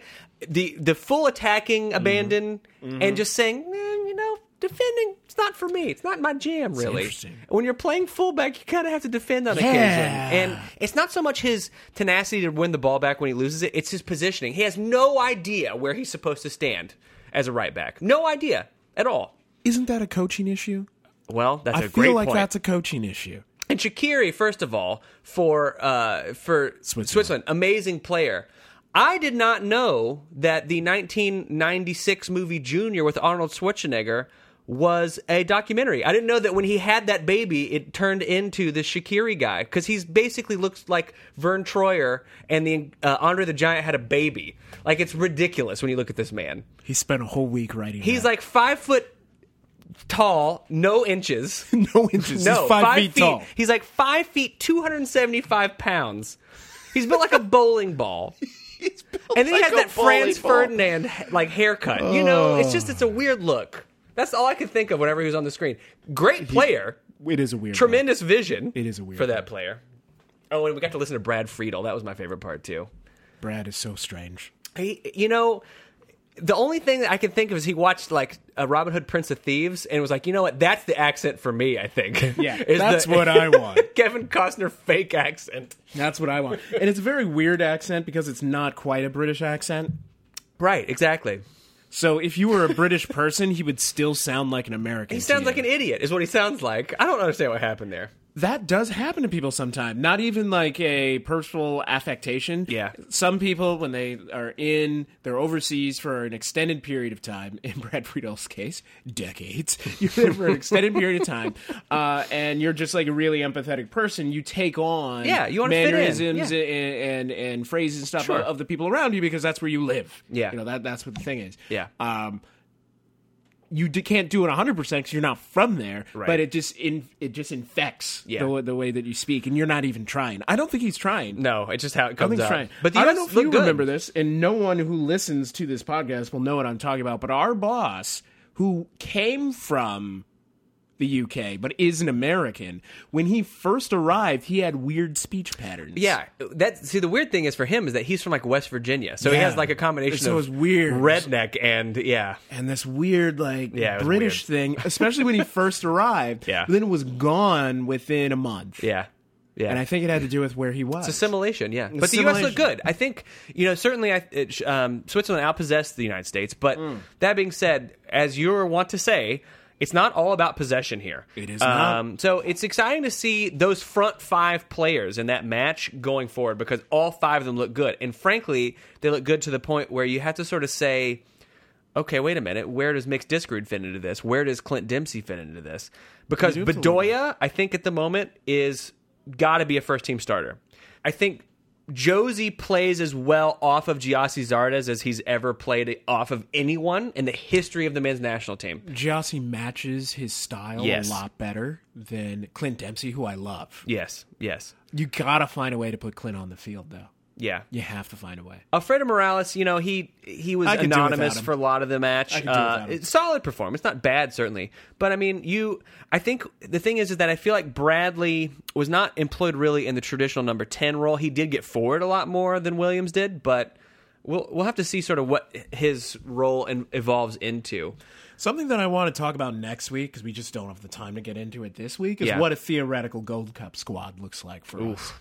[SPEAKER 2] the the full attacking abandon and just saying, "Eh, you know, defending. It's not for me. It's not my jam, really.
[SPEAKER 1] interesting.
[SPEAKER 2] When you're playing fullback, you kind of have to defend on
[SPEAKER 1] Yeah.
[SPEAKER 2] occasion, and it's not so much his tenacity to win the ball back when he loses it, it's his positioning. He has no idea where he's supposed to stand as a right back. No idea at all.
[SPEAKER 1] Isn't that a coaching issue?
[SPEAKER 2] Well, that's a
[SPEAKER 1] I
[SPEAKER 2] great
[SPEAKER 1] feel like
[SPEAKER 2] point.
[SPEAKER 1] that's a coaching issue.
[SPEAKER 2] And Shakiri, first of all, for uh, for Switzerland. amazing player. I did not know that the 1996 movie Junior with Arnold Schwarzenegger was a documentary. I didn't know that when he had that baby, it turned into the Shakiri guy because he's basically looks like Vern Troyer and the uh, Andre the Giant had a baby. Like it's ridiculous when you look at this man.
[SPEAKER 1] He spent a whole week writing.
[SPEAKER 2] He's like five foot tall, no inches.
[SPEAKER 1] no inches.
[SPEAKER 2] No,
[SPEAKER 1] He's five, feet, tall.
[SPEAKER 2] He's like five feet, two hundred and seventy-five pounds. He's built like a bowling ball, and then he has that Franz Ferdinand like haircut. You know, it's just it's a weird look. That's all I could think of whenever he was on the screen. Great player,
[SPEAKER 1] It is a weird.
[SPEAKER 2] tremendous vision.
[SPEAKER 1] It is a weird
[SPEAKER 2] for that player. Oh, and we got to listen to Brad Friedel. That was my favorite part too.
[SPEAKER 1] one. Brad is so strange.
[SPEAKER 2] He, you know, the only thing that I can think of is he watched like a Robin Hood Prince of Thieves and was like, you know what, that's the accent for me. I think.
[SPEAKER 1] Yeah,
[SPEAKER 2] Is
[SPEAKER 1] that's
[SPEAKER 2] the-
[SPEAKER 1] what I want.
[SPEAKER 2] Kevin Costner fake accent.
[SPEAKER 1] That's what I want. And it's a very weird accent because it's not quite a British accent.
[SPEAKER 2] Right, exactly.
[SPEAKER 1] So if you were a British person, he would still sound like an American.
[SPEAKER 2] He sounds like an idiot, is what he sounds like. I don't understand what happened there.
[SPEAKER 1] that does happen to people sometimes. Not even like a personal affectation.
[SPEAKER 2] Yeah.
[SPEAKER 1] Some people, when they are in, they're overseas for an extended period of time. In Brad Friedel's case, decades. You're there for an extended period of time, uh, and you're just like a really empathetic person. You take on
[SPEAKER 2] Yeah, you wanna fit in.
[SPEAKER 1] mannerisms
[SPEAKER 2] Yeah.
[SPEAKER 1] and, and and phrases and stuff
[SPEAKER 2] Sure.
[SPEAKER 1] of the people around you because that's where you live.
[SPEAKER 2] Yeah.
[SPEAKER 1] You know that that's what the thing is.
[SPEAKER 2] Yeah.
[SPEAKER 1] Um, you d- can't do it 100% because you're not from there
[SPEAKER 2] Right.
[SPEAKER 1] but it just in, it just infects
[SPEAKER 2] Yeah.
[SPEAKER 1] the, wa- the way that you speak and you're not even trying i don't think he's trying
[SPEAKER 2] No, it's just how it
[SPEAKER 1] I don't
[SPEAKER 2] comes
[SPEAKER 1] think he's
[SPEAKER 2] out.
[SPEAKER 1] trying.
[SPEAKER 2] But the
[SPEAKER 1] I don't
[SPEAKER 2] US
[SPEAKER 1] know if
[SPEAKER 2] look
[SPEAKER 1] you
[SPEAKER 2] good.
[SPEAKER 1] remember this, and no one who listens to this podcast will know what I'm talking about. But our boss, who came from the UK but is an American, when he first arrived, he had weird speech patterns.
[SPEAKER 2] Yeah, that see the weird thing is for him is that he's from like West Virginia, so he
[SPEAKER 1] Yeah.
[SPEAKER 2] has like a combination
[SPEAKER 1] So it's
[SPEAKER 2] of
[SPEAKER 1] weird.
[SPEAKER 2] redneck and yeah,
[SPEAKER 1] and this weird like
[SPEAKER 2] Yeah, it was
[SPEAKER 1] British thing, especially when he first arrived.
[SPEAKER 2] Yeah.
[SPEAKER 1] but then it was gone within a month.
[SPEAKER 2] yeah, yeah.
[SPEAKER 1] And I think it had to do with where he was.
[SPEAKER 2] assimilation, yeah. But the U.S. looked
[SPEAKER 1] Assimilation.
[SPEAKER 2] good. I think you know certainly I, it, sh- um, Switzerland outpossessed the United States. But
[SPEAKER 1] Mm.
[SPEAKER 2] that being said, as you were wont to say, it's not all about possession here. Um,
[SPEAKER 1] It is not.
[SPEAKER 2] So it's exciting to see those front five players in that match going forward because all five of them look good, and frankly, they look good to the point where you have to sort of say okay, wait a minute. Where does Mix Discord fit into this? Where does Clint Dempsey fit into this? Because
[SPEAKER 1] have to look
[SPEAKER 2] Bedoya, I think at the moment, is got to be a first team starter. I think Josie plays as well off of Giassi Zardes as he's ever played off of anyone in the history of the men's national team.
[SPEAKER 1] Giassi matches his style
[SPEAKER 2] Yes.
[SPEAKER 1] a lot better than Clint Dempsey, who I love.
[SPEAKER 2] Yes, yes,
[SPEAKER 1] You gotta find a way to put Clint on the field, though.
[SPEAKER 2] yeah.
[SPEAKER 1] You have to find a way.
[SPEAKER 2] Alfredo Morales, you know, he he was
[SPEAKER 1] I could do
[SPEAKER 2] anonymous
[SPEAKER 1] without him.
[SPEAKER 2] for a lot of the match. Uh,
[SPEAKER 1] could do without him.
[SPEAKER 2] it's solid performance, not bad certainly, but I mean, you, I think the thing is, is that I feel like Bradley was not employed really in the traditional number ten role. He did get forward a lot more than Williams did, but we'll we'll have to see sort of what his role in, evolves into.
[SPEAKER 1] Something that I want to talk about next week, because we just don't have the time to get into it this week, is
[SPEAKER 2] Yeah.
[SPEAKER 1] what a theoretical Gold Cup squad looks like for us.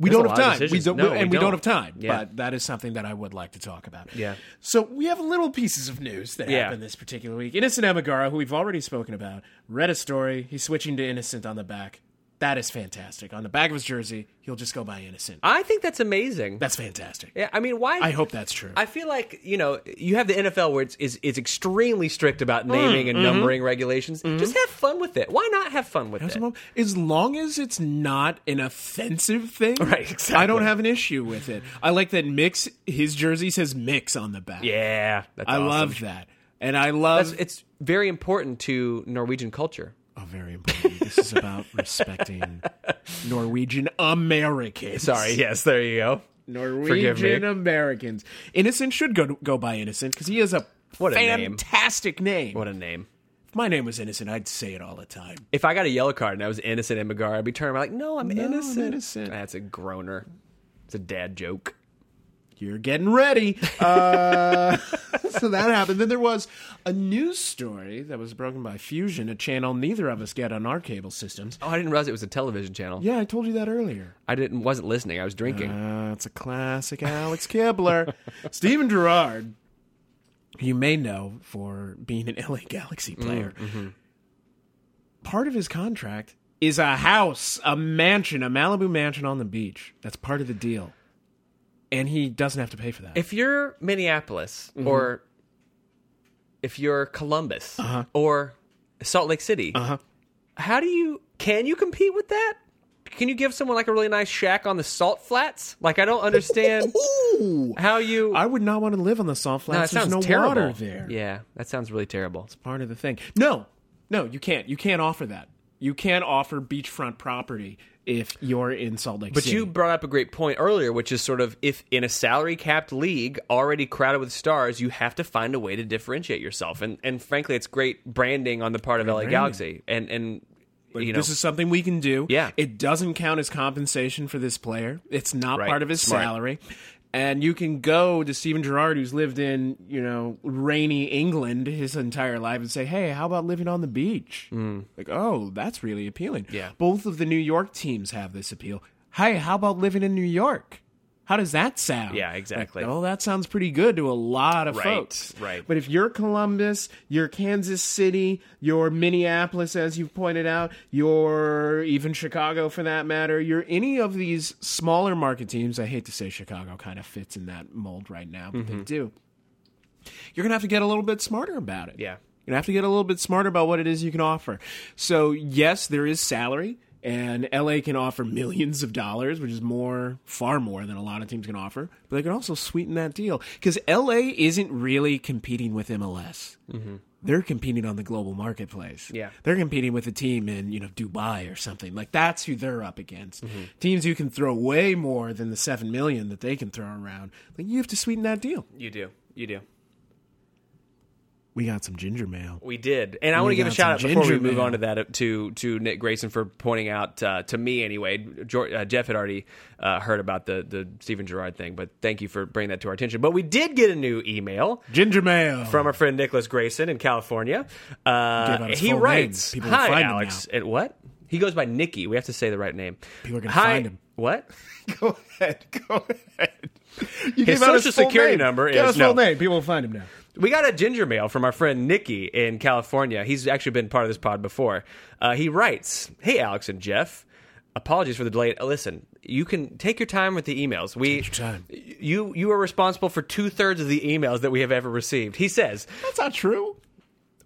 [SPEAKER 1] We
[SPEAKER 2] There's
[SPEAKER 1] don't
[SPEAKER 2] a
[SPEAKER 1] have
[SPEAKER 2] lot of
[SPEAKER 1] time. We
[SPEAKER 2] decisions.
[SPEAKER 1] don't,
[SPEAKER 2] No,
[SPEAKER 1] and
[SPEAKER 2] we
[SPEAKER 1] we don't.
[SPEAKER 2] don't.
[SPEAKER 1] have time.
[SPEAKER 2] Yeah.
[SPEAKER 1] But that is something that I would like to talk about.
[SPEAKER 2] Yeah.
[SPEAKER 1] So we have little pieces of news that
[SPEAKER 2] Yeah.
[SPEAKER 1] happened this particular week. Innocent Amagara, who we've already spoken about, read a story. He's switching to Innocent on the back. That is fantastic. On the back of his jersey, he'll just go by innocent.
[SPEAKER 2] I think that's amazing.
[SPEAKER 1] That's fantastic.
[SPEAKER 2] yeah, I mean, why?
[SPEAKER 1] I hope that's true.
[SPEAKER 2] I feel like you know you have the NFL where it's is, is extremely strict about
[SPEAKER 1] Mm,
[SPEAKER 2] naming and
[SPEAKER 1] mm-hmm.
[SPEAKER 2] numbering regulations. Just have fun with it. Why not have fun with it?
[SPEAKER 1] as long as it's not an offensive thing,
[SPEAKER 2] Right,
[SPEAKER 1] I
[SPEAKER 2] exactly.
[SPEAKER 1] don't have an issue with it. I like that Mix. His jersey says Mix on the back.
[SPEAKER 2] Yeah, that's
[SPEAKER 1] I
[SPEAKER 2] awesome.
[SPEAKER 1] love that, and I love.
[SPEAKER 2] That's- It's very important to Norwegian culture.
[SPEAKER 1] oh, very important. This is about respecting Norwegian Americans.
[SPEAKER 2] Sorry. Yes, there you go.
[SPEAKER 1] Norwegian Americans. Innocent should go go by Innocent because he has a
[SPEAKER 2] What a name.
[SPEAKER 1] fantastic name.
[SPEAKER 2] What a name.
[SPEAKER 1] If my name was Innocent, I'd say it all the time.
[SPEAKER 2] If I got a yellow card and I was innocent in Magar, I'd be turning around like, no, I'm innocent.
[SPEAKER 1] innocent.
[SPEAKER 2] That's a groaner. It's a dad joke.
[SPEAKER 1] you're getting ready. Uh, so that happened. Then there was a news story that was broken by Fusion, a channel neither of us get on our cable systems.
[SPEAKER 2] Oh, I didn't realize it was a television channel.
[SPEAKER 1] Yeah, I told you that earlier.
[SPEAKER 2] I didn't wasn't listening. I was drinking.
[SPEAKER 1] Uh, it's a classic Alex Kibler. Steven Gerrard, you may know for being an LA Galaxy player, part of his contract is a house, a mansion, a Malibu mansion on the beach. That's part of the deal. And he doesn't have to pay for that.
[SPEAKER 2] if you're Minneapolis or if you're Columbus or Salt Lake City, how do you can you compete with that? Can you give someone like a really nice shack on the salt flats? Like I don't understand
[SPEAKER 1] Ooh!
[SPEAKER 2] how you.
[SPEAKER 1] I would not want to live on the salt
[SPEAKER 2] No, that
[SPEAKER 1] flats. There's
[SPEAKER 2] sounds
[SPEAKER 1] no
[SPEAKER 2] terrible.
[SPEAKER 1] water there.
[SPEAKER 2] Yeah, that sounds really terrible.
[SPEAKER 1] Part of the thing. No, no, you can't. You can't offer that. You can't offer beachfront property if you're in Salt Lake
[SPEAKER 2] But
[SPEAKER 1] City.
[SPEAKER 2] you brought up a great point earlier, which is sort of if in a salary capped league already crowded with stars, you have to find a way to differentiate yourself. And and frankly, it's great branding on the part of LA Galaxy. And and you know,
[SPEAKER 1] this is something we can do.
[SPEAKER 2] Yeah.
[SPEAKER 1] It doesn't count as compensation for this player. It's not
[SPEAKER 2] Right.
[SPEAKER 1] part of his
[SPEAKER 2] Smart.
[SPEAKER 1] salary. And you can go to Steven Gerrard, who's lived in, you know, rainy England his entire life, and say, hey, how about living on the beach? Like, oh, that's really appealing.
[SPEAKER 2] Hmm. Yeah.
[SPEAKER 1] Both of the New York teams have this appeal. Hey, how about living in New York? How does that sound?
[SPEAKER 2] Yeah, exactly.
[SPEAKER 1] Like, oh, that sounds pretty good to a lot of
[SPEAKER 2] Right,
[SPEAKER 1] folks.
[SPEAKER 2] right.
[SPEAKER 1] But if you're Columbus, you're Kansas City, you're Minneapolis, as you've pointed out, you're even Chicago for that matter, you're any of these smaller market teams. I hate to say Chicago kind of fits in that mold right now, but
[SPEAKER 2] Mm-hmm.
[SPEAKER 1] they do. You're going to have to get a little bit smarter about it.
[SPEAKER 2] Yeah.
[SPEAKER 1] You're going to have to get a little bit smarter about what it is you can offer. So, yes, there is salary. And LA can offer millions of dollars, which is more, far more than a lot of teams can offer. But they can also sweeten that deal because LA isn't really competing with MLS. Mm-hmm. They're competing on the global marketplace.
[SPEAKER 2] Yeah.
[SPEAKER 1] they're competing with a team in you know Dubai or something like that's who they're up against. Teams who can throw way more than the seven million that they can throw around. Like you have to sweeten that deal.
[SPEAKER 2] you do. You do.
[SPEAKER 1] We got some ginger mail.
[SPEAKER 2] We did, and I want to give a
[SPEAKER 1] got
[SPEAKER 2] shout out
[SPEAKER 1] some
[SPEAKER 2] before we
[SPEAKER 1] ginger
[SPEAKER 2] move
[SPEAKER 1] man.
[SPEAKER 2] on to that uh, to to Nick Grayson for pointing out uh, to me anyway. Geor uh, Jeff had already uh, heard about the the Stephen Gerrard thing, but thank you for bringing that to our attention. But we did get a new email
[SPEAKER 1] Ginger mail
[SPEAKER 2] from our friend Nicholas Grayson in California. Uh,
[SPEAKER 1] Gave out his
[SPEAKER 2] he
[SPEAKER 1] full
[SPEAKER 2] writes,
[SPEAKER 1] name. People will
[SPEAKER 2] "Hi,
[SPEAKER 1] find him
[SPEAKER 2] Alex." At what? He goes by Nikki. We have to say the right name.
[SPEAKER 1] People are gonna
[SPEAKER 2] Hi-
[SPEAKER 1] find him.
[SPEAKER 2] What?
[SPEAKER 1] Go ahead. Go ahead. You
[SPEAKER 2] His
[SPEAKER 1] gave out
[SPEAKER 2] social
[SPEAKER 1] full
[SPEAKER 2] security
[SPEAKER 1] name.
[SPEAKER 2] number
[SPEAKER 1] Give
[SPEAKER 2] is-
[SPEAKER 1] his full
[SPEAKER 2] no.
[SPEAKER 1] name. People will find him now.
[SPEAKER 2] We got a ginger mail from our friend Nikki in California. He's actually been part of this pod before. Uh, he writes, "Hey Alex and Jeff, apologies for the delay. Listen, you can take your time with the emails. We
[SPEAKER 1] Take your time.
[SPEAKER 2] you you are responsible for two thirds of the emails that we have ever received." He says,
[SPEAKER 1] That's not true.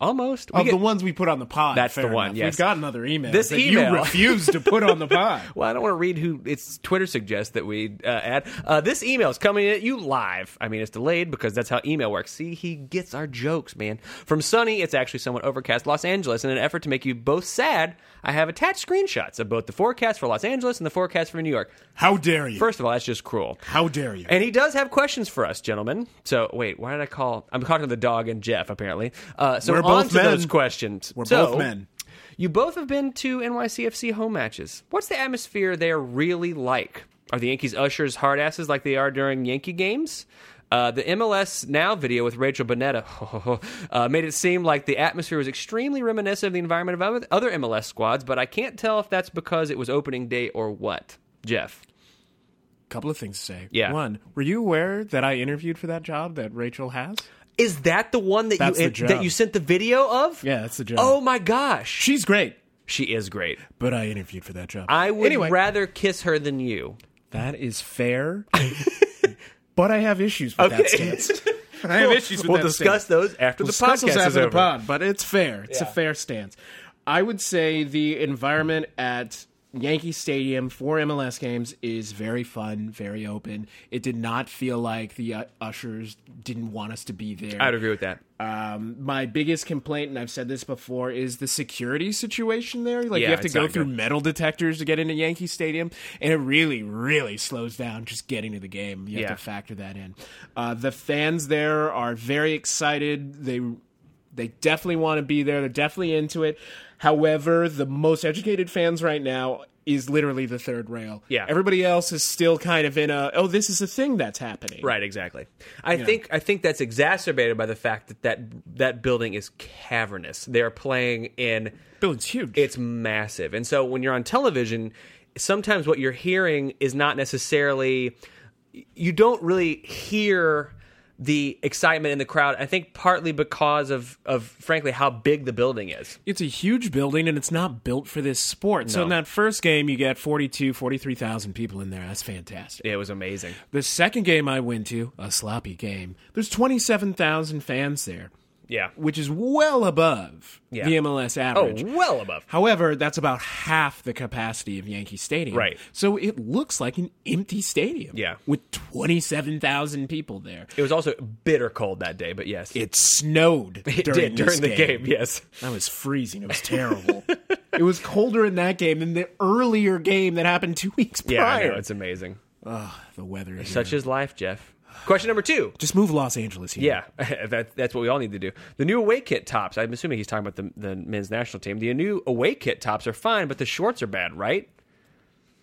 [SPEAKER 2] "Almost. We
[SPEAKER 1] Of
[SPEAKER 2] get-
[SPEAKER 1] the ones we put on the pod.
[SPEAKER 2] That's the
[SPEAKER 1] fair
[SPEAKER 2] one,
[SPEAKER 1] enough.
[SPEAKER 2] yes.
[SPEAKER 1] We've got another email.
[SPEAKER 2] This
[SPEAKER 1] that
[SPEAKER 2] email.
[SPEAKER 1] you refuse to put on the pod.
[SPEAKER 2] Well, I don't want to read who it's Twitter suggests that we uh, add. Uh, this email is coming at you live. I mean, it's delayed because that's how email works. See, he gets our jokes, man. From sunny, it's actually somewhat overcast Los Angeles. In an effort to make you both sad, I have attached screenshots of both the forecast for Los Angeles and the forecast for New York.
[SPEAKER 1] How dare you?
[SPEAKER 2] First of all, that's just cruel.
[SPEAKER 1] How dare you?
[SPEAKER 2] And he does have questions for us, gentlemen. So wait, why did I call? I'm talking to the dog and Jeff apparently. Uh, so
[SPEAKER 1] We're
[SPEAKER 2] on
[SPEAKER 1] both
[SPEAKER 2] to those
[SPEAKER 1] men.
[SPEAKER 2] questions.
[SPEAKER 1] We're
[SPEAKER 2] So,
[SPEAKER 1] both men.
[SPEAKER 2] You both have been to NYCFC home matches. What's the atmosphere there really like? Are the Yankees ushers hard asses like they are during Yankee games? Uh, the MLS Now video with Rachel Bonetta uh, made it seem like the atmosphere was extremely reminiscent of the environment of oth- other MLS squads, but I can't tell if that's because it was opening day or what. Jeff.
[SPEAKER 1] couple of things to say.
[SPEAKER 2] Yeah.
[SPEAKER 1] One, were you aware that I interviewed for that job that Rachel has?
[SPEAKER 2] Is that the one that
[SPEAKER 1] That's
[SPEAKER 2] you
[SPEAKER 1] the job.
[SPEAKER 2] that you sent the video of?
[SPEAKER 1] Yeah, that's the job.
[SPEAKER 2] Oh my gosh.
[SPEAKER 1] She's great.
[SPEAKER 2] She is great.
[SPEAKER 1] But I interviewed for that job.
[SPEAKER 2] I would
[SPEAKER 1] Anyway.
[SPEAKER 2] rather kiss her than you.
[SPEAKER 1] that is fair. but I have issues with that stance. I have issues with
[SPEAKER 2] We'll
[SPEAKER 1] that stance.
[SPEAKER 2] discuss those after
[SPEAKER 1] We'll
[SPEAKER 2] the
[SPEAKER 1] discuss those
[SPEAKER 2] podcast
[SPEAKER 1] after
[SPEAKER 2] is
[SPEAKER 1] the
[SPEAKER 2] over.
[SPEAKER 1] pod, but it's fair. It's
[SPEAKER 2] Yeah.
[SPEAKER 1] a fair stance. I would say the environment at Yankee Stadium for MLS games is very fun, very open. It did not feel like the uh, ushers didn't want us to be there.
[SPEAKER 2] I'd agree with that.
[SPEAKER 1] Um, my biggest complaint, and I've said this before, is the security situation there. Like
[SPEAKER 2] Yeah,
[SPEAKER 1] you have to
[SPEAKER 2] it's
[SPEAKER 1] go
[SPEAKER 2] not
[SPEAKER 1] through
[SPEAKER 2] good.
[SPEAKER 1] metal detectors to get into Yankee Stadium, and it really, really slows down just getting to the game. You have
[SPEAKER 2] Yeah.
[SPEAKER 1] to factor that in. Uh, the fans there are very excited. They they definitely want to be there. They're definitely into it. However, the most educated fans right now is literally the third rail.
[SPEAKER 2] Yeah.
[SPEAKER 1] everybody else is still kind of in a oh, this is a thing that's happening.
[SPEAKER 2] Right, exactly. I think I think that's exacerbated by the fact that, that that building is cavernous. They're playing in
[SPEAKER 1] building's huge.
[SPEAKER 2] it's massive. And so when you're on television, sometimes what you're hearing is not necessarily you don't really hear the excitement in the crowd. I think partly because of of frankly how big the building is.
[SPEAKER 1] it's a huge building and it's not built for this sport. So in that first game, you get 42, 43,000 people in there. That's fantastic.
[SPEAKER 2] It was amazing.
[SPEAKER 1] The second game I went to, a sloppy game, there's 27,000 fans there,
[SPEAKER 2] Yeah.
[SPEAKER 1] which is well above
[SPEAKER 2] Yeah.
[SPEAKER 1] the MLS
[SPEAKER 2] Oh,
[SPEAKER 1] average.
[SPEAKER 2] well above.
[SPEAKER 1] However, that's about half the capacity of Yankee Stadium.
[SPEAKER 2] Right.
[SPEAKER 1] So it looks like an empty stadium.
[SPEAKER 2] Yeah.
[SPEAKER 1] With 27,000 people there.
[SPEAKER 2] It was also bitter cold that day, but yes.
[SPEAKER 1] It snowed during,
[SPEAKER 2] It did
[SPEAKER 1] this
[SPEAKER 2] during the game, yes.
[SPEAKER 1] That was freezing. It was terrible. it was colder in that game than the earlier game that happened two weeks
[SPEAKER 2] Yeah, I
[SPEAKER 1] prior.
[SPEAKER 2] know, it's amazing.
[SPEAKER 1] the weather is
[SPEAKER 2] Such is life, Jeff. Question number two.
[SPEAKER 1] Just move Los Angeles here.
[SPEAKER 2] Yeah, that, that's what we all need to do. The new away kit tops. I'm assuming he's talking about the, the men's national team. The new away kit tops are fine, but the shorts are bad, right?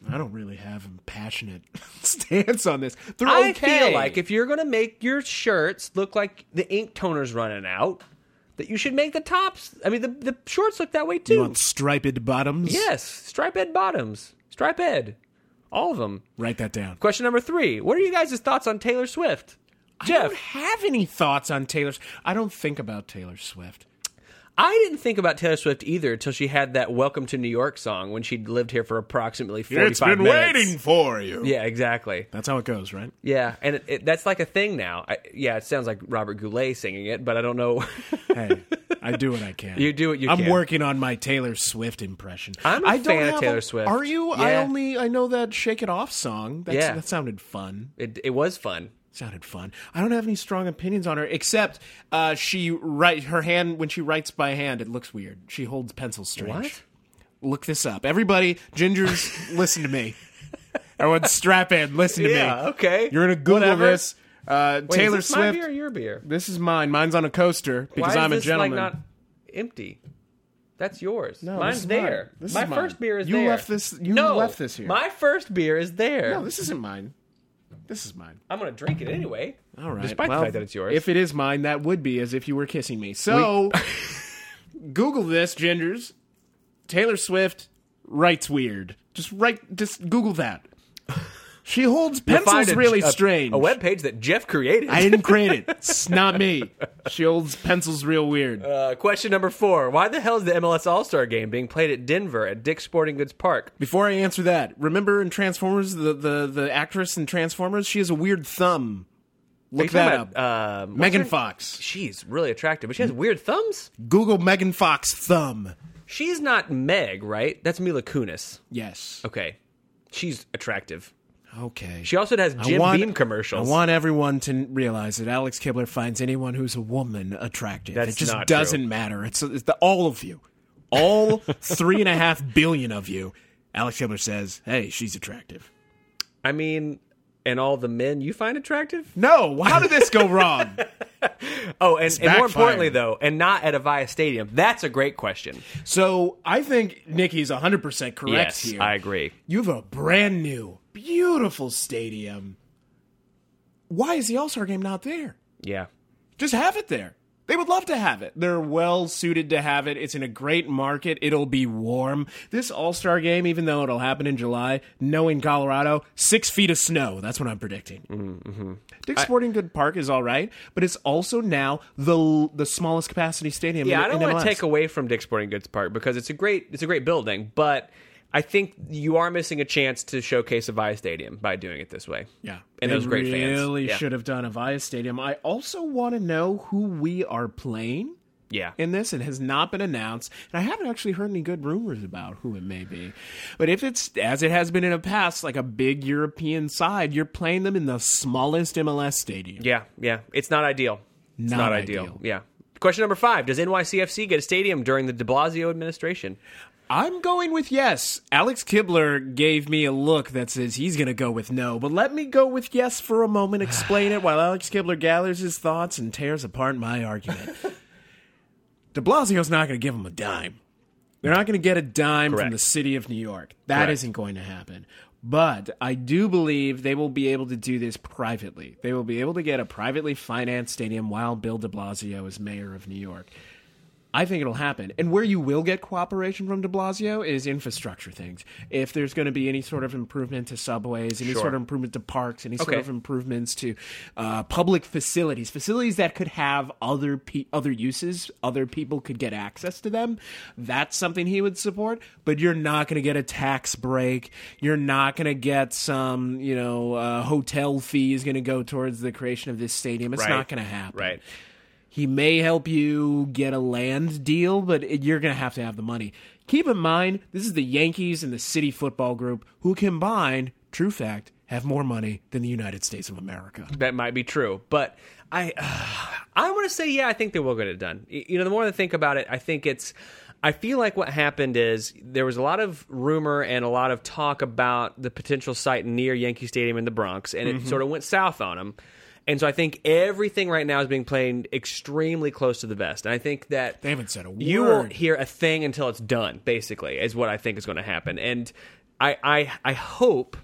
[SPEAKER 1] I don't really have a passionate stance on this. They're
[SPEAKER 2] I
[SPEAKER 1] okay.
[SPEAKER 2] feel like if you're going to make your shirts look like the ink toner's running out, that you should make the tops. I mean, the, the shorts look that way too.
[SPEAKER 1] you want striped bottoms.
[SPEAKER 2] yes, striped bottoms, striped, all of them.
[SPEAKER 1] Write that down.
[SPEAKER 2] Question number three. What are you guys' thoughts on Taylor Swift?
[SPEAKER 1] I
[SPEAKER 2] Jeff,
[SPEAKER 1] don't have any thoughts on Taylor. I don't think about Taylor Swift.
[SPEAKER 2] I didn't think about Taylor Swift either until she had that "Welcome to New York" song when she lived here for approximately forty-five minutes.
[SPEAKER 1] for you.
[SPEAKER 2] Yeah, exactly.
[SPEAKER 1] That's how it goes, right?
[SPEAKER 2] Yeah, and it, it, that's like a thing now. I, yeah, it sounds like Robert Goulet singing it, but I don't know.
[SPEAKER 1] Hey, I do what I can.
[SPEAKER 2] You do what you
[SPEAKER 1] I'm
[SPEAKER 2] can.
[SPEAKER 1] I'm working on my Taylor Swift impression.
[SPEAKER 2] I'm a
[SPEAKER 1] I don't
[SPEAKER 2] fan of
[SPEAKER 1] have
[SPEAKER 2] Taylor
[SPEAKER 1] a-
[SPEAKER 2] Swift.
[SPEAKER 1] Are you? I
[SPEAKER 2] Yeah.
[SPEAKER 1] only I know that "Shake It Off" song. That's,
[SPEAKER 2] Yeah.
[SPEAKER 1] that sounded fun.
[SPEAKER 2] it, it was fun.
[SPEAKER 1] Sounded fun. I don't have any strong opinions on her except uh, she write her hand when she writes by hand. It looks weird. She holds pencil strange.
[SPEAKER 2] What?
[SPEAKER 1] Look this up, everybody. Gingers, listen to me. Everyone, strap in. Listen to
[SPEAKER 2] Yeah,
[SPEAKER 1] me.
[SPEAKER 2] okay.
[SPEAKER 1] You're gonna Google
[SPEAKER 2] Whatever.
[SPEAKER 1] this. Uh, Taylor
[SPEAKER 2] is this
[SPEAKER 1] Swift.
[SPEAKER 2] My beer or your beer?
[SPEAKER 1] This is mine. Mine's on a coaster
[SPEAKER 2] Why
[SPEAKER 1] because
[SPEAKER 2] is
[SPEAKER 1] I'm a
[SPEAKER 2] this,
[SPEAKER 1] gentleman.
[SPEAKER 2] Like, not empty. That's yours.
[SPEAKER 1] this
[SPEAKER 2] Mine's
[SPEAKER 1] is mine.
[SPEAKER 2] there.
[SPEAKER 1] This is
[SPEAKER 2] my
[SPEAKER 1] mine.
[SPEAKER 2] first beer is
[SPEAKER 1] You
[SPEAKER 2] there.
[SPEAKER 1] left this- you
[SPEAKER 2] no,
[SPEAKER 1] left this here.
[SPEAKER 2] My first beer is there.
[SPEAKER 1] No, this isn't mine. This is mine.
[SPEAKER 2] I'm gonna drink it anyway.
[SPEAKER 1] All right.
[SPEAKER 2] Despite
[SPEAKER 1] well,
[SPEAKER 2] the fact that it's yours.
[SPEAKER 1] If it is mine, that would be as if you were kissing me. So, Google this, Gingers. Taylor Swift writes weird. Just write. Just Google that. She holds
[SPEAKER 2] Find
[SPEAKER 1] pencils
[SPEAKER 2] a-
[SPEAKER 1] really
[SPEAKER 2] a,
[SPEAKER 1] strange.
[SPEAKER 2] A web page that Jeff created.
[SPEAKER 1] I didn't create it. It's not me. She holds pencils real weird.
[SPEAKER 2] Uh, question number four: Why the hell is the MLS All Star Game being played at Denver at Dick's Sporting Goods Park?
[SPEAKER 1] Before I answer that, remember in Transformers the the, the actress in Transformers, she has a weird thumb. Look
[SPEAKER 2] Are you
[SPEAKER 1] that Mm.
[SPEAKER 2] talking
[SPEAKER 1] up.
[SPEAKER 2] about, um, what's
[SPEAKER 1] Megan
[SPEAKER 2] her-
[SPEAKER 1] Fox.
[SPEAKER 2] She's really attractive, but she has weird thumbs.
[SPEAKER 1] Google Megan Fox thumb.
[SPEAKER 2] She's not Meg, right? That's Mila Kunis.
[SPEAKER 1] Yes.
[SPEAKER 2] Okay, she's attractive.
[SPEAKER 1] Okay.
[SPEAKER 2] She also has Jim Beam commercials.
[SPEAKER 1] I want everyone to n- realize that Alex Kibler finds anyone who's a woman attractive.
[SPEAKER 2] That's
[SPEAKER 1] it just
[SPEAKER 2] not
[SPEAKER 1] doesn't matter. It's, it's the, all of you, all three and a half billion of you. Alex Kibler says, "Hey, she's attractive."
[SPEAKER 2] I mean, and all the men you find attractive.
[SPEAKER 1] No, how did this go wrong?
[SPEAKER 2] Oh, and, and
[SPEAKER 1] backfiring.
[SPEAKER 2] more importantly, though, and not at Avaya Stadium. That's a great question.
[SPEAKER 1] so I think Nikki's 100 percent correct
[SPEAKER 2] yes,
[SPEAKER 1] here.
[SPEAKER 2] I agree.
[SPEAKER 1] You have a brand new, beautiful stadium. Why is the All Star game not there?
[SPEAKER 2] Yeah,
[SPEAKER 1] Just have it there. They would love to have it. They're well suited to have it. It's in a great market. It'll be warm. This All Star game, even though it'll happen in July, knowing Colorado, six feet of snow. That's what I'm predicting.
[SPEAKER 2] Mm, mm-hmm.
[SPEAKER 1] Dick's Sporting Good Park is all right, but it's also now the the smallest capacity stadium.
[SPEAKER 2] Yeah,
[SPEAKER 1] in,
[SPEAKER 2] I don't
[SPEAKER 1] in
[SPEAKER 2] want
[SPEAKER 1] MLS.
[SPEAKER 2] to take away from Dick's Sporting Goods Park because it's a great it's a great building, but I think you are missing a chance to showcase Avaya Stadium by doing it this way.
[SPEAKER 1] Yeah,
[SPEAKER 2] and
[SPEAKER 1] they
[SPEAKER 2] those great
[SPEAKER 1] really
[SPEAKER 2] fans. Yeah.
[SPEAKER 1] should have done a Via Stadium. I also want to know who we are playing
[SPEAKER 2] Yeah,
[SPEAKER 1] in this. It has not been announced, and I haven't actually heard any good rumors about who it may be. But if it's as it has been in the past, like a big European side, you're playing them in the smallest MLS stadium.
[SPEAKER 2] yeah, yeah. It's not ideal. It's
[SPEAKER 1] Not
[SPEAKER 2] not, ideal.
[SPEAKER 1] ideal.
[SPEAKER 2] Yeah. Question number five: Does NYCFC get a stadium during the De Blasio administration?
[SPEAKER 1] I'm going with yes. Alex Kibler gave me a look that says he's going to go with no, but let me go with yes for a moment, explain it while Alex Kibler gathers his thoughts and tears apart my argument. De Blasio's not going to give him a dime. They're not going to get a dime from
[SPEAKER 2] Correct.
[SPEAKER 1] the city of New York. That
[SPEAKER 2] Correct.
[SPEAKER 1] not going to happen. But I do believe they will be able to do this privately. They will be able to get a privately financed stadium while Bill de Blasio is mayor of New York. I think it'll happen. And where you will get cooperation from de Blasio is infrastructure things. If there's going to be any sort of improvement to subways, any sort of improvement to parks, any sort
[SPEAKER 2] Okay.
[SPEAKER 1] of improvements to uh, public facilities, facilities that could have other pe- other uses, other people could get access to them. That's something he would support. But you're not going to get a tax break. You're not going to get some, you know, uh, hotel fee is going to go towards the creation of this stadium. It's
[SPEAKER 2] Right.
[SPEAKER 1] not going to happen.
[SPEAKER 2] Right.
[SPEAKER 1] He may help you get a land deal, but it- you're going to have to have the money. Keep in mind, this is the Yankees and the City Football Group, who combined, true fact, have more money than the United States of America.
[SPEAKER 2] That might be true, but I, I want to say yeah. I think they will get it done. Y- You know, the more I think about it, I think it's. I feel like what happened is there was a lot of rumor and a lot of talk about the potential site near Yankee Stadium in the Bronx, and
[SPEAKER 1] Mm-hmm.
[SPEAKER 2] it sort of went south on them. And so I think everything right now is being played extremely close to the vest. And I think that
[SPEAKER 1] They haven't said a
[SPEAKER 2] you
[SPEAKER 1] word.
[SPEAKER 2] won't hear a thing until it's done. Basically, is what I think is going to happen. And I, I, I hope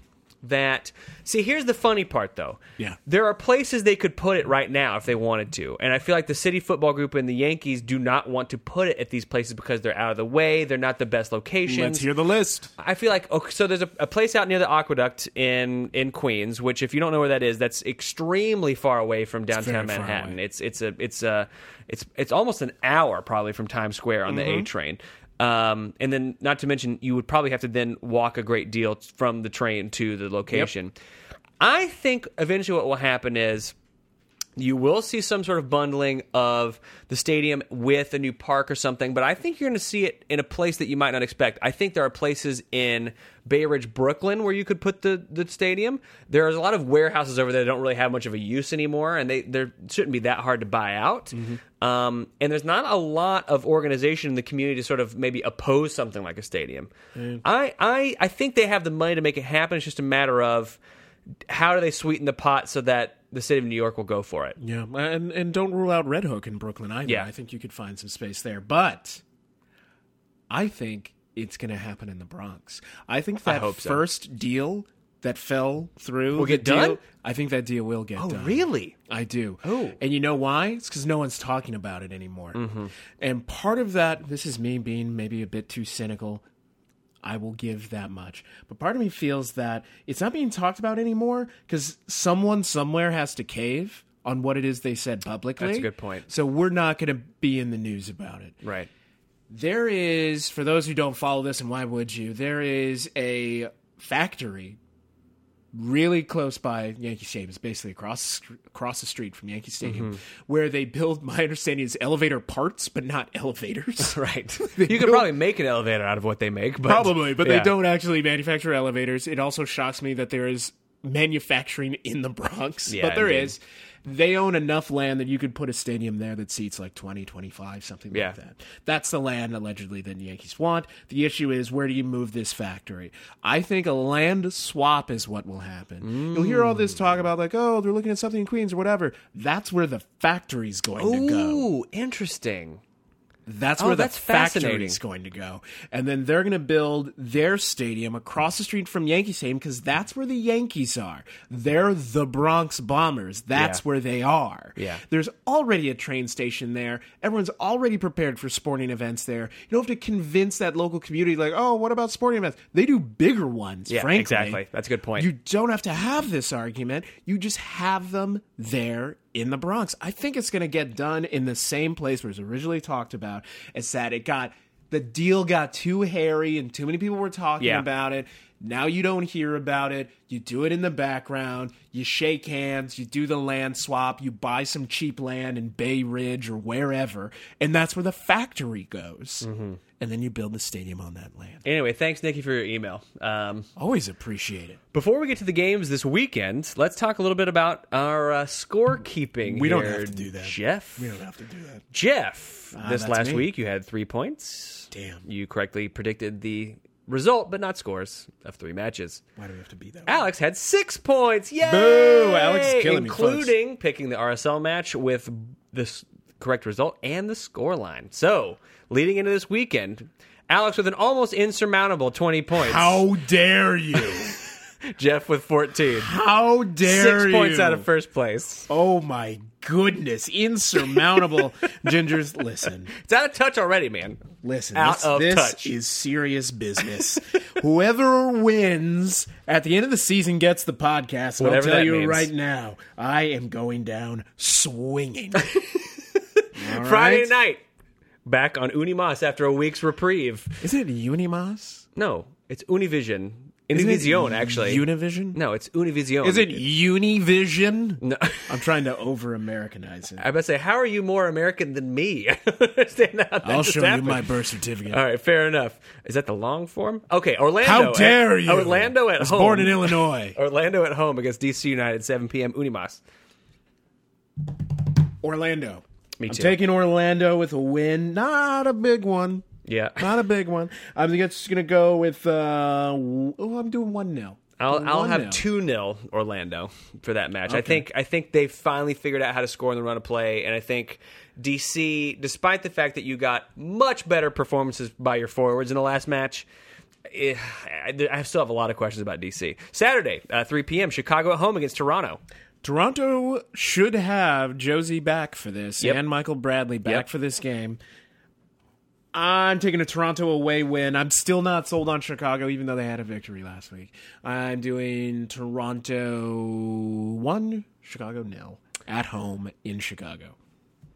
[SPEAKER 2] that. See, here's the funny part, though.
[SPEAKER 1] Yeah.
[SPEAKER 2] There are places they could put it right now if they wanted to. And I feel like the City Football Group and the Yankees do not want to put it at these places because they're out of the way. They're not the best
[SPEAKER 1] Let's
[SPEAKER 2] locations.
[SPEAKER 1] hear the list.
[SPEAKER 2] I feel like okay, so there's a, a place out near the aqueduct in in Queens, which if you don't know where that is, that's extremely far away from downtown
[SPEAKER 1] very far
[SPEAKER 2] Manhattan.
[SPEAKER 1] away.
[SPEAKER 2] It's it's a it's a it's it's almost an hour probably from Times Square on
[SPEAKER 1] Mm-hmm.
[SPEAKER 2] the A train. Um, and then not to mention you would probably have to then walk a great deal t- from the train to the location. I think eventually what will happen is you will see some sort of bundling of the stadium with a new park or something, but I think you're going to see it in a place that you might not expect. I think there are places in Bay Ridge, Brooklyn, where you could put the, the stadium. There's a lot of warehouses over there that don't really have much of a use anymore, and they there shouldn't be that hard to buy out. Um, and there's not a lot of organization in the community to sort of maybe oppose something like a stadium. I, I I think they have the money to make it happen. It's just a matter of how do they sweeten the pot so that the city of New York will go for it.
[SPEAKER 1] Yeah, and, and don't rule out Red Hook in Brooklyn either.
[SPEAKER 2] Yeah.
[SPEAKER 1] I think you could find some space there. But I think it's going to happen in the Bronx. I think that
[SPEAKER 2] hope so.
[SPEAKER 1] first deal that fell through will
[SPEAKER 2] get done?
[SPEAKER 1] I think that deal will get done.
[SPEAKER 2] Oh, really?
[SPEAKER 1] I do.
[SPEAKER 2] Oh. Mm-hmm.
[SPEAKER 1] And you know why? It's because no one's talking about it anymore. And part of that, this is me being maybe a bit too cynical. I will give that much. But part of me feels that it's not being talked about anymore because someone somewhere has to cave on what it is they said publicly.
[SPEAKER 2] That's a good point.
[SPEAKER 1] So we're not going to be in the news about it.
[SPEAKER 2] Right.
[SPEAKER 1] There is, for those who don't follow this, and why would you? There is a factory really close by Yankee Stadium. It's basically across across the street from Yankee Stadium,
[SPEAKER 2] Mm-hmm.
[SPEAKER 1] where they build. My understanding is elevator parts, but not elevators.
[SPEAKER 2] Right. you could probably make an elevator out of what they make, but
[SPEAKER 1] Probably, but
[SPEAKER 2] Yeah.
[SPEAKER 1] they don't actually manufacture elevators. It also shocks me that there is manufacturing in the Bronx,
[SPEAKER 2] Yeah,
[SPEAKER 1] but there
[SPEAKER 2] indeed.
[SPEAKER 1] is. They own enough land that you could put a stadium there that seats like 20, 25, something
[SPEAKER 2] Yeah.
[SPEAKER 1] like that. That's the land allegedly that the Yankees want. The issue is where do you move this factory? I think a land swap is what will happen. You'll hear all this talk about like, oh, they're looking at something in Queens or whatever. That's where the factory's going to go.
[SPEAKER 2] Ooh, interesting.
[SPEAKER 1] That's
[SPEAKER 2] Oh,
[SPEAKER 1] where the
[SPEAKER 2] that's
[SPEAKER 1] factory
[SPEAKER 2] fascinating.
[SPEAKER 1] is going to go. And then they're going to build their stadium across the street from Yankee Stadium because that's where the Yankees are. They're the Bronx Bombers. That's
[SPEAKER 2] Yeah.
[SPEAKER 1] where they are.
[SPEAKER 2] Yeah.
[SPEAKER 1] There's already a train station there. Everyone's already prepared for sporting events there. You don't have to convince that local community, like, oh, what about sporting events? They do bigger ones,
[SPEAKER 2] Yeah,
[SPEAKER 1] frankly.
[SPEAKER 2] exactly. That's a good point.
[SPEAKER 1] You don't have to have this argument. You just have them there in the Bronx. I think it's going to get done in the same place where it was originally talked about. It's that it got the deal got too hairy and too many people were talking
[SPEAKER 2] Yeah.
[SPEAKER 1] about it. Now you don't hear about it. You do it in the background. You shake hands. You do the land swap. You buy some cheap land in Bay Ridge or wherever, and that's where the factory goes. And then you build the stadium on that land.
[SPEAKER 2] Anyway, thanks, Nikki, for your email. Um,
[SPEAKER 1] Always appreciate it.
[SPEAKER 2] before we get to the games this weekend, let's talk a little bit about our uh, scorekeeping.
[SPEAKER 1] We don't
[SPEAKER 2] here,
[SPEAKER 1] have to do that.
[SPEAKER 2] Jeff.
[SPEAKER 1] We don't have to do that.
[SPEAKER 2] Jeff, this
[SPEAKER 1] that's
[SPEAKER 2] last
[SPEAKER 1] me.
[SPEAKER 2] week you had three points.
[SPEAKER 1] Damn.
[SPEAKER 2] You correctly predicted the result, but not scores of three matches.
[SPEAKER 1] Why do we have to be that? way?
[SPEAKER 2] Alex had six points. Yay!
[SPEAKER 1] Boo! Alex is killing me,
[SPEAKER 2] Including picking the RSL match with the s- correct result and the score line. So, leading into this weekend, Alex with an almost insurmountable 20 points.
[SPEAKER 1] How dare you?
[SPEAKER 2] Jeff with 14.
[SPEAKER 1] How dare
[SPEAKER 2] Six
[SPEAKER 1] you?
[SPEAKER 2] points out of first place.
[SPEAKER 1] Oh my goodness, insurmountable. Gingers, listen.
[SPEAKER 2] It's out of touch already, man.
[SPEAKER 1] Listen,
[SPEAKER 2] Out
[SPEAKER 1] this,
[SPEAKER 2] of
[SPEAKER 1] this
[SPEAKER 2] touch.
[SPEAKER 1] is serious business. Whoever wins at the end of the season gets the podcast. And
[SPEAKER 2] Whatever
[SPEAKER 1] I'll tell
[SPEAKER 2] that
[SPEAKER 1] you
[SPEAKER 2] means.
[SPEAKER 1] right now, I am going down swinging. All
[SPEAKER 2] Friday
[SPEAKER 1] right?
[SPEAKER 2] night, back on Unimas after a week's reprieve.
[SPEAKER 1] Is it Unimas?
[SPEAKER 2] No, it's Univision.
[SPEAKER 1] Isn't it
[SPEAKER 2] Univision, actually.
[SPEAKER 1] Univision?
[SPEAKER 2] no, it's Univision.
[SPEAKER 1] Is it Univision?
[SPEAKER 2] No.
[SPEAKER 1] I'm trying to over Americanize it.
[SPEAKER 2] I about to say, how are you more American than me? I don't understand how that
[SPEAKER 1] I'll
[SPEAKER 2] just
[SPEAKER 1] show
[SPEAKER 2] happened.
[SPEAKER 1] you my birth certificate.
[SPEAKER 2] All right, fair enough. Is that the long form? Okay, Uh, Orlando.
[SPEAKER 1] How dare
[SPEAKER 2] at,
[SPEAKER 1] you?
[SPEAKER 2] Orlando at
[SPEAKER 1] I was
[SPEAKER 2] home.
[SPEAKER 1] Born in Illinois.
[SPEAKER 2] Orlando at home against DC United, 7 p.m. Unimas.
[SPEAKER 1] Orlando.
[SPEAKER 2] Me
[SPEAKER 1] I'm
[SPEAKER 2] too.
[SPEAKER 1] taking Orlando with a win. Not a big one.
[SPEAKER 2] Yeah.
[SPEAKER 1] Not a big one. I'm just going to go with. Uh, w- oh, I'm doing 1 0.
[SPEAKER 2] I'll, I'll have two 0 Orlando for that match. I think I think they finally figured out how to score in the run of play, and I think DC, despite the fact that you got much better performances by your forwards in the last match, eh, I, I still have a lot of questions about DC. Saturday, uh, three p.m. Chicago at home against Toronto.
[SPEAKER 1] Toronto should have Josie back for this
[SPEAKER 2] Yep.
[SPEAKER 1] and Michael Bradley back
[SPEAKER 2] Yep.
[SPEAKER 1] for this game. I'm taking a Toronto away win. I'm still not sold on Chicago, even though they had a victory last week. I'm doing Toronto 1, Chicago nil at home in Chicago.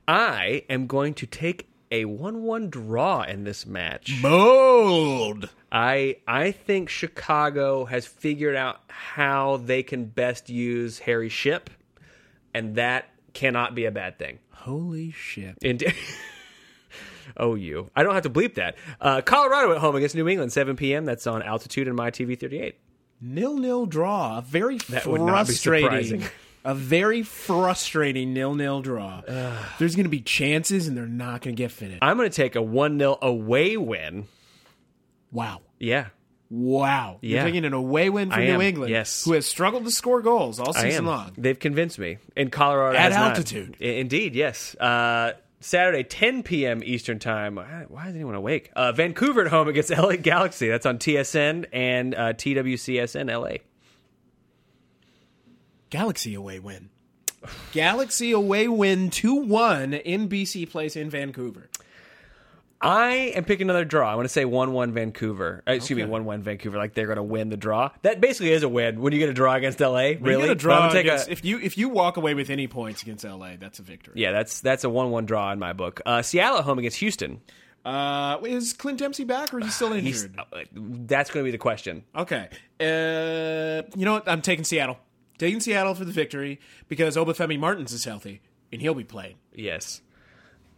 [SPEAKER 2] I am going to take a one-one draw in this match.
[SPEAKER 1] Bold!
[SPEAKER 2] I I think Chicago has figured out how they can best use Harry Ship, and that cannot be a bad thing.
[SPEAKER 1] Holy shit.
[SPEAKER 2] And oh, you! I don't have to bleep that. Uh, Colorado at home against New England, 7 p.m. That's on Altitude and my TV 38.
[SPEAKER 1] Nil nil draw. A very
[SPEAKER 2] would not be
[SPEAKER 1] frustrating.
[SPEAKER 2] surprising.
[SPEAKER 1] A very frustrating nil nil draw. There's going to be chances and they're not going to get finished.
[SPEAKER 2] I'm going to take a one 0 away win.
[SPEAKER 1] Wow.
[SPEAKER 2] Yeah,
[SPEAKER 1] Wow.
[SPEAKER 2] Yeah.
[SPEAKER 1] You're taking an away win for
[SPEAKER 2] I
[SPEAKER 1] New
[SPEAKER 2] am,
[SPEAKER 1] England,
[SPEAKER 2] yes.
[SPEAKER 1] who has struggled to score goals all
[SPEAKER 2] I
[SPEAKER 1] season
[SPEAKER 2] am.
[SPEAKER 1] long.
[SPEAKER 2] They've convinced me. In Colorado
[SPEAKER 1] At
[SPEAKER 2] has not.
[SPEAKER 1] altitude.
[SPEAKER 2] I- indeed, yes. Uh, Saturday, 10 p.m. Eastern Time. Why why is anyone awake? Uh, Vancouver at home against LA Galaxy. That's on TSN and uh, TWCSN LA.
[SPEAKER 1] Galaxy away win. Galaxy away win 2 1 in BC Place in Vancouver.
[SPEAKER 2] I am picking another draw. I want to say 1 1 Vancouver. Uh, excuse me,
[SPEAKER 1] Okay.
[SPEAKER 2] 1 1 Vancouver. Like they're going to win the draw. That basically is a win when you get a draw against LA. Really?
[SPEAKER 1] You get a
[SPEAKER 2] But I'm
[SPEAKER 1] draw
[SPEAKER 2] gonna take a-
[SPEAKER 1] against- if you if you walk away with any points against LA, that's a victory.
[SPEAKER 2] yeah, that's that's a 1 1 draw in my book. Uh, Seattle at home against Houston.
[SPEAKER 1] Uh, is Clint Dempsey back or is he still injured?
[SPEAKER 2] He's- uh, that's going to be the question.
[SPEAKER 1] Okay. Uh, you know what? I'm taking Seattle. Taking Seattle for the victory because Obafemi Martins is healthy and he'll be playing.
[SPEAKER 2] Yes.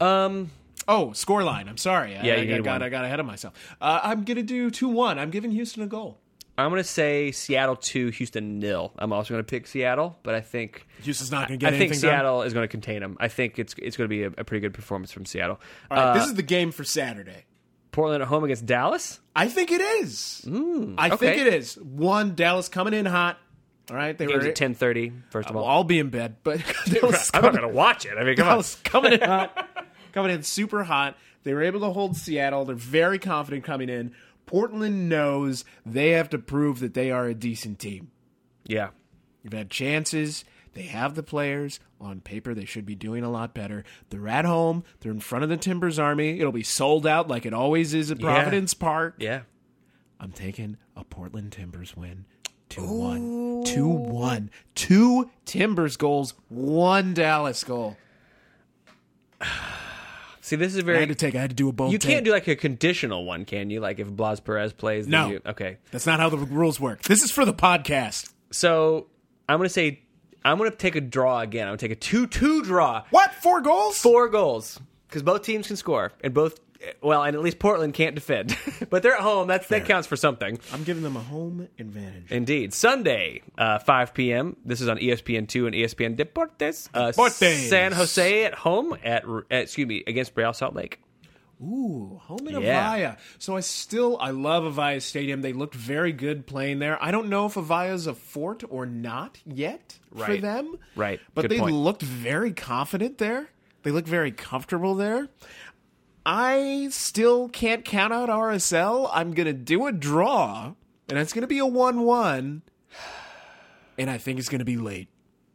[SPEAKER 2] Um.
[SPEAKER 1] Oh, scoreline. I'm sorry. I,
[SPEAKER 2] Yeah,
[SPEAKER 1] I,
[SPEAKER 2] you
[SPEAKER 1] I
[SPEAKER 2] need
[SPEAKER 1] got
[SPEAKER 2] one.
[SPEAKER 1] I got ahead of myself. Uh, I'm gonna do two one. I'm giving Houston a goal.
[SPEAKER 2] I'm gonna say Seattle two, Houston nil. I'm also gonna pick Seattle, but I think
[SPEAKER 1] Houston's not gonna get
[SPEAKER 2] I
[SPEAKER 1] anything
[SPEAKER 2] think
[SPEAKER 1] done.
[SPEAKER 2] Seattle is gonna contain them. I think it's it's gonna be a, a pretty good performance from Seattle.
[SPEAKER 1] All right,
[SPEAKER 2] Uh,
[SPEAKER 1] this is the game for Saturday.
[SPEAKER 2] Portland at home against Dallas.
[SPEAKER 1] I think it is. I
[SPEAKER 2] Mm, okay.
[SPEAKER 1] think it is. One Dallas coming in hot. All right, they
[SPEAKER 2] Game's
[SPEAKER 1] were.
[SPEAKER 2] at ten thirty. First of
[SPEAKER 1] Well,
[SPEAKER 2] all,
[SPEAKER 1] I'll be in bed, but Dallas
[SPEAKER 2] I'm
[SPEAKER 1] coming-
[SPEAKER 2] not gonna watch it. I mean, come on.
[SPEAKER 1] Dallas coming in hot, coming in super hot. They were able to hold Seattle. They're very confident coming in. Portland knows they have to prove that they are a decent team.
[SPEAKER 2] Yeah.
[SPEAKER 1] You've had chances. They have the players. On paper, they should be doing a lot better. They're at home. They're in front of the Timbers Army. It'll be sold out like it always is at Providence Park.
[SPEAKER 2] Yeah.
[SPEAKER 1] I'm taking a Portland Timbers win. 2 1. 2 1. Two Timbers goals, one Dallas goal.
[SPEAKER 2] See, this is
[SPEAKER 1] I
[SPEAKER 2] very.
[SPEAKER 1] had to take, I had to do a bold
[SPEAKER 2] you
[SPEAKER 1] take.
[SPEAKER 2] can't do like a conditional one, can you? Like if Blas Perez plays, then
[SPEAKER 1] No.
[SPEAKER 2] You, okay.
[SPEAKER 1] That's not how the rules work. This is for the podcast.
[SPEAKER 2] So I'm gonna say I'm gonna take a draw again. I'm gonna take a two-two draw.
[SPEAKER 1] What? Four goals?
[SPEAKER 2] Four goals because both teams can score, and both well, and at least Portland can't defend. but they're at home. That's that counts for something.
[SPEAKER 1] I'm giving them a home advantage.
[SPEAKER 2] Indeed. Sunday, uh, 5 p.m. This is on E ESPN2 and ESPN Deportes. Uh,
[SPEAKER 1] Deportes.
[SPEAKER 2] San Jose at home at, at excuse me, against Real Salt Lake.
[SPEAKER 1] Ooh, home in
[SPEAKER 2] Yeah.
[SPEAKER 1] Avaya. So I still I love Avaya Stadium. They looked very good playing there. I don't know if Avaya's a fort or not yet for
[SPEAKER 2] Right.
[SPEAKER 1] them.
[SPEAKER 2] Right.
[SPEAKER 1] But
[SPEAKER 2] Good
[SPEAKER 1] they
[SPEAKER 2] point.
[SPEAKER 1] looked very confident there. They looked very comfortable there. I still can't count out RSL. I'm going to do a draw and it's going to be a 1-1 and I think it's going to be late.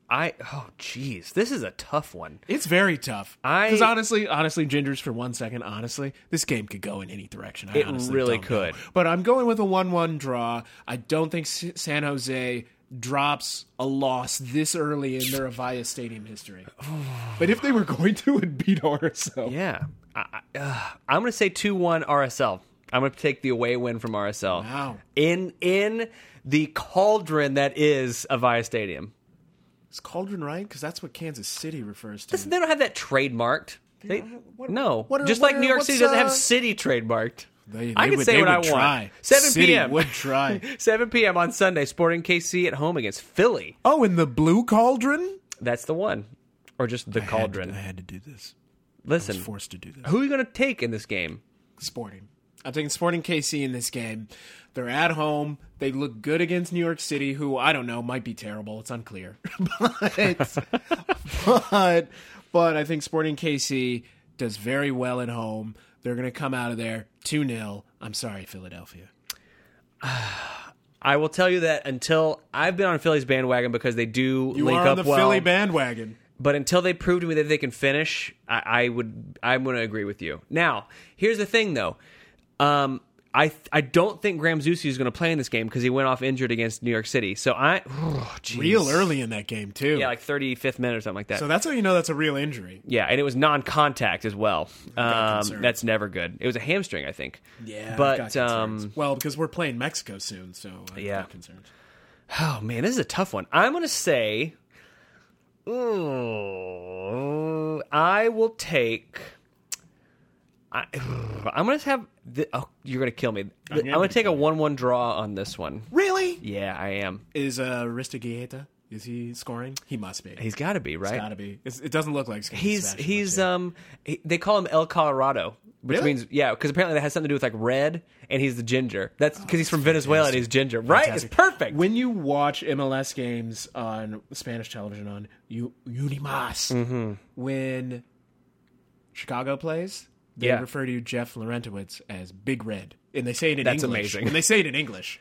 [SPEAKER 2] I oh jeez, this is a tough one.
[SPEAKER 1] It's very tough.
[SPEAKER 2] I-
[SPEAKER 1] because honestly, honestly, gingers for one second. Honestly, this game could go in any direction. I
[SPEAKER 2] It
[SPEAKER 1] honestly
[SPEAKER 2] really
[SPEAKER 1] don't know.
[SPEAKER 2] could.
[SPEAKER 1] But I'm going with a one-one draw. I don't think S- San Jose drops a loss this early in their Avaya Stadium history. but if they were going to, it'd beat RSL.
[SPEAKER 2] Yeah, I, I, uh, I'm going to say two one RSL. I'm going to take the away win from RSL.
[SPEAKER 1] Wow.
[SPEAKER 2] In in the cauldron that is Avaya Stadium.
[SPEAKER 1] Is Cauldron right? Because that's what Kansas City refers to.
[SPEAKER 2] Listen, they don't have that trademarked. They,
[SPEAKER 1] what-
[SPEAKER 2] no,
[SPEAKER 1] what are-
[SPEAKER 2] just
[SPEAKER 1] what
[SPEAKER 2] like
[SPEAKER 1] are-
[SPEAKER 2] New York
[SPEAKER 1] what's,
[SPEAKER 2] City doesn't
[SPEAKER 1] uh,
[SPEAKER 2] have city trademarked.
[SPEAKER 1] They-
[SPEAKER 2] I
[SPEAKER 1] they
[SPEAKER 2] can
[SPEAKER 1] would-
[SPEAKER 2] say
[SPEAKER 1] they
[SPEAKER 2] what I
[SPEAKER 1] would
[SPEAKER 2] want.
[SPEAKER 1] try.
[SPEAKER 2] 7
[SPEAKER 1] City
[SPEAKER 2] p.m.
[SPEAKER 1] would try.
[SPEAKER 2] 7 p.m. on Sunday, Sporting KC at home against Philly.
[SPEAKER 1] oh, in the blue Cauldron.
[SPEAKER 2] That's the one, or just the cauldron.
[SPEAKER 1] I had to do this.
[SPEAKER 2] Listen,
[SPEAKER 1] Forced to do this.
[SPEAKER 2] who are you going to take in this game?
[SPEAKER 1] Sporting. I'm taking Sporting KC in this game. They're at home. They look good against New York City, who I don't know might be terrible. It's unclear, but but but I think Sporting KC does very well at home. They're going to come out of there two 0 I'm sorry, Philadelphia.
[SPEAKER 2] I will tell you that until I've been on Philly's bandwagon because they do
[SPEAKER 1] You
[SPEAKER 2] link
[SPEAKER 1] are on
[SPEAKER 2] up
[SPEAKER 1] the
[SPEAKER 2] well.
[SPEAKER 1] Philly bandwagon.
[SPEAKER 2] but until they prove to me that they can finish, I, I would I'm going to agree with you. Now, here's the thing though, um, I I don't think Graham Zusi is going to play in this game because he went off injured against New York City. So I
[SPEAKER 1] Real early in that game too.
[SPEAKER 2] yeah, like 35th minute or something like that.
[SPEAKER 1] so that's how you know that's a real injury.
[SPEAKER 2] yeah, and it was non-contact as well. Um,
[SPEAKER 1] concerned.
[SPEAKER 2] that's never good. It was a hamstring, I think.
[SPEAKER 1] Yeah, I've got
[SPEAKER 2] but
[SPEAKER 1] concerns.
[SPEAKER 2] um,
[SPEAKER 1] well, because we're playing Mexico soon, so I've
[SPEAKER 2] Yeah.
[SPEAKER 1] got concerns.
[SPEAKER 2] Oh man, this is a tough one. I'm gonna say, ooh, I will take. I, I'm gonna have. The, oh, you're gonna kill me. I'm gonna,
[SPEAKER 1] gonna
[SPEAKER 2] take a one-one draw on this one.
[SPEAKER 1] Really?
[SPEAKER 2] Yeah, I am.
[SPEAKER 1] Is uh, Aristogieta, is he scoring? He must be.
[SPEAKER 2] He's got to be right.
[SPEAKER 1] Gotta be. It's, it doesn't look like Skinny
[SPEAKER 2] he's
[SPEAKER 1] Sebastian
[SPEAKER 2] he's
[SPEAKER 1] Mateo.
[SPEAKER 2] um. He, they call him El Colorado, which
[SPEAKER 1] Really?
[SPEAKER 2] means yeah, because apparently that has something to do with like red, and he's the ginger. That's because he's from Venezuela and he's ginger. Right? It's perfect.
[SPEAKER 1] When you watch MLS games on Spanish television on U- Unimas,
[SPEAKER 2] Mm-hmm.
[SPEAKER 1] when Chicago plays, they
[SPEAKER 2] Yeah.
[SPEAKER 1] refer to Jeff Laurentowitz as Big Red, and they say it in
[SPEAKER 2] That's
[SPEAKER 1] English.
[SPEAKER 2] amazing.
[SPEAKER 1] And they say it in English.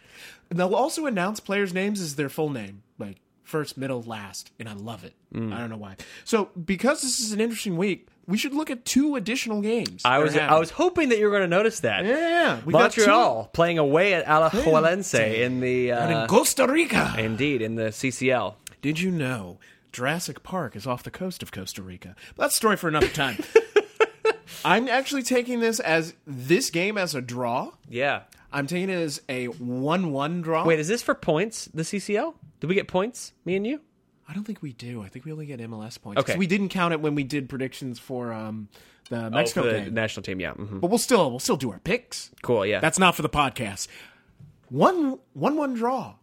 [SPEAKER 1] And they'll also announce players' names as their full name, like first, middle, last, and I love it.
[SPEAKER 2] Mm.
[SPEAKER 1] I don't know why. So because this is an interesting week, we should look at two additional games.
[SPEAKER 2] I
[SPEAKER 1] that are
[SPEAKER 2] was I
[SPEAKER 1] happening.
[SPEAKER 2] was hoping that you were going to notice that.
[SPEAKER 1] Yeah, yeah, yeah. We got two-
[SPEAKER 2] Montreal playing away at Alajuelense in the
[SPEAKER 1] And
[SPEAKER 2] uh,
[SPEAKER 1] in Costa Rica.
[SPEAKER 2] indeed in the CCL.
[SPEAKER 1] Did you know Jurassic Park is off the coast of Costa Rica? But that's a story for another time. I'm actually taking this as this game as a draw.
[SPEAKER 2] Yeah.
[SPEAKER 1] I'm taking it as a 1 1 draw.
[SPEAKER 2] Wait, is this for points? The CCL? Did we get points? Me and you?
[SPEAKER 1] I don't think we do. I think we only get MLS points. 'Cause
[SPEAKER 2] Okay. Oh,
[SPEAKER 1] We didn't count it when we did predictions for um, the Mexico
[SPEAKER 2] For the
[SPEAKER 1] game.
[SPEAKER 2] national team. Yeah. mhm.
[SPEAKER 1] But we'll still we'll still do our picks.
[SPEAKER 2] Cool. Yeah.
[SPEAKER 1] That's not for the podcast. One one one draw.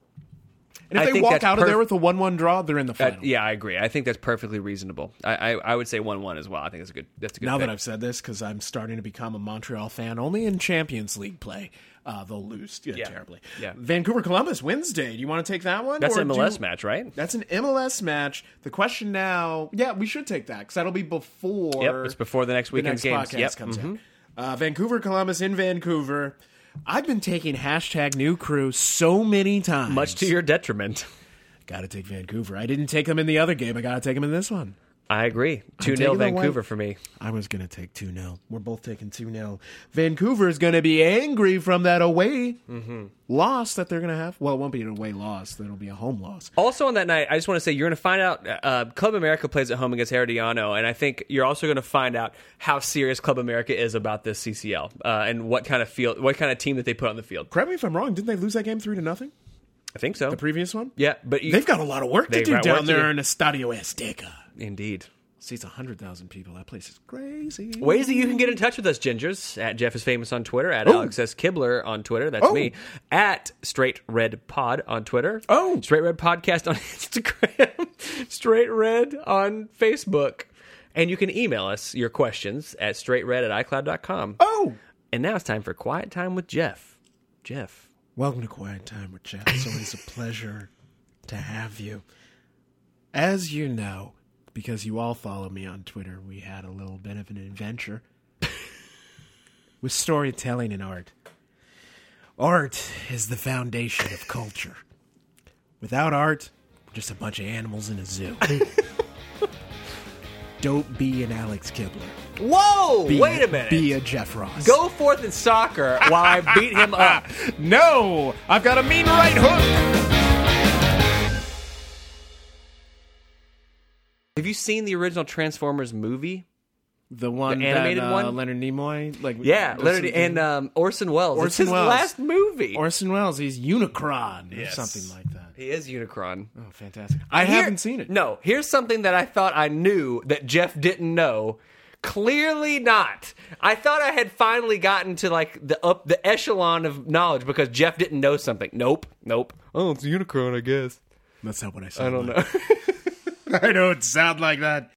[SPEAKER 1] And if
[SPEAKER 2] I
[SPEAKER 1] they
[SPEAKER 2] think
[SPEAKER 1] walk
[SPEAKER 2] that's
[SPEAKER 1] out of there
[SPEAKER 2] perf-
[SPEAKER 1] with a one one draw, they're in the final.
[SPEAKER 2] yeah. I agree. I think that's perfectly reasonable. I I, I would say one one as well. I think that's a good. That's a good.
[SPEAKER 1] Now
[SPEAKER 2] pick.
[SPEAKER 1] that I've said this, because I'm starting to become a Montreal fan, only in Champions League play, uh, they'll lose yeah, terribly.
[SPEAKER 2] Yeah.
[SPEAKER 1] Vancouver Columbus Wednesday. Do you want to take that one?
[SPEAKER 2] that's
[SPEAKER 1] or
[SPEAKER 2] an MLS
[SPEAKER 1] do-
[SPEAKER 2] match, right?
[SPEAKER 1] That's an MLS match. The question now, yeah, we should take that because that'll be before
[SPEAKER 2] Yep. It's before the next
[SPEAKER 1] the
[SPEAKER 2] weekend's
[SPEAKER 1] next
[SPEAKER 2] game.
[SPEAKER 1] podcast
[SPEAKER 2] Yep.
[SPEAKER 1] comes
[SPEAKER 2] mhm.
[SPEAKER 1] out. Uh, Vancouver, Columbus in Vancouver. I've been taking hashtag new crew so many times.
[SPEAKER 2] Much to your detriment.
[SPEAKER 1] Got to take Vancouver. I didn't take them in the other game. I got to take them in this one.
[SPEAKER 2] I agree. 2
[SPEAKER 1] taking
[SPEAKER 2] 0
[SPEAKER 1] the
[SPEAKER 2] Vancouver
[SPEAKER 1] white.
[SPEAKER 2] for me.
[SPEAKER 1] I was going to take 2 0. We're both taking 2 0. Vancouver's going to be angry from that away loss that they're going to have. Well, it won't be an away loss. It'll be a home loss.
[SPEAKER 2] Also on that night, I just want to say you're going to find out uh, Club America plays at home against Herediano, and I think you're also going to find out how serious Club America is about this CCL uh, and what kind of field, what kind of team that they put on the field.
[SPEAKER 1] Correct me if I'm wrong. Didn't they lose that game 3 to nothing?
[SPEAKER 2] I think so.
[SPEAKER 1] The previous one?
[SPEAKER 2] yeah, but you,
[SPEAKER 1] They've got a lot of work to
[SPEAKER 2] They've
[SPEAKER 1] do
[SPEAKER 2] got work
[SPEAKER 1] down
[SPEAKER 2] to
[SPEAKER 1] there
[SPEAKER 2] do.
[SPEAKER 1] in Estadio Azteca.
[SPEAKER 2] indeed.
[SPEAKER 1] Seats 100,000 people. That place is crazy.
[SPEAKER 2] Ways that you can get in touch with us, Gingers. At Jeff is famous on Twitter. At Alex S. Kibler on Twitter. That's
[SPEAKER 1] Oh.
[SPEAKER 2] me. At Straight Red Pod on Twitter.
[SPEAKER 1] Oh.
[SPEAKER 2] Straight Red Podcast on Instagram. Straight Red on Facebook. And you can email us your questions at straightred at iCloud.com.
[SPEAKER 1] Oh!
[SPEAKER 2] And now it's time for Quiet Time with Jeff. Jeff.
[SPEAKER 1] Welcome to Quiet Time with Jeff. It's always a pleasure to have you. As you know, because you all follow me on Twitter, we had a little bit of an adventure with storytelling and art. Art is the foundation of culture. Without art, we're just a bunch of animals in a zoo. Don't be an Alex Kibler.
[SPEAKER 2] Whoa!
[SPEAKER 1] Be-
[SPEAKER 2] wait a minute.
[SPEAKER 1] Be a Jeff Ross.
[SPEAKER 2] Go forth in soccer while I beat him up.
[SPEAKER 1] No! I've got a mean right hook!
[SPEAKER 2] Have you seen the original Transformers movie?
[SPEAKER 1] The one
[SPEAKER 2] The animated
[SPEAKER 1] that, uh,
[SPEAKER 2] one?
[SPEAKER 1] Leonard Nimoy, like
[SPEAKER 2] Yeah,
[SPEAKER 1] does
[SPEAKER 2] Leonard
[SPEAKER 1] something-
[SPEAKER 2] and um, Orson Welles. it's
[SPEAKER 1] Orson
[SPEAKER 2] his
[SPEAKER 1] Welles.
[SPEAKER 2] last movie.
[SPEAKER 1] Orson Welles. He's Unicron or something like that.
[SPEAKER 2] he is Unicron.
[SPEAKER 1] Oh, fantastic! I
[SPEAKER 2] Here-
[SPEAKER 1] haven't seen it.
[SPEAKER 2] No, here's something that I thought I knew that Jeff didn't know. Clearly not. I thought I had finally gotten to like the up the echelon of knowledge because Jeff didn't know something. Nope, nope. Oh, it's Unicron, I guess.
[SPEAKER 1] that's not what I said. I
[SPEAKER 2] don't know.
[SPEAKER 1] I don't sound like that.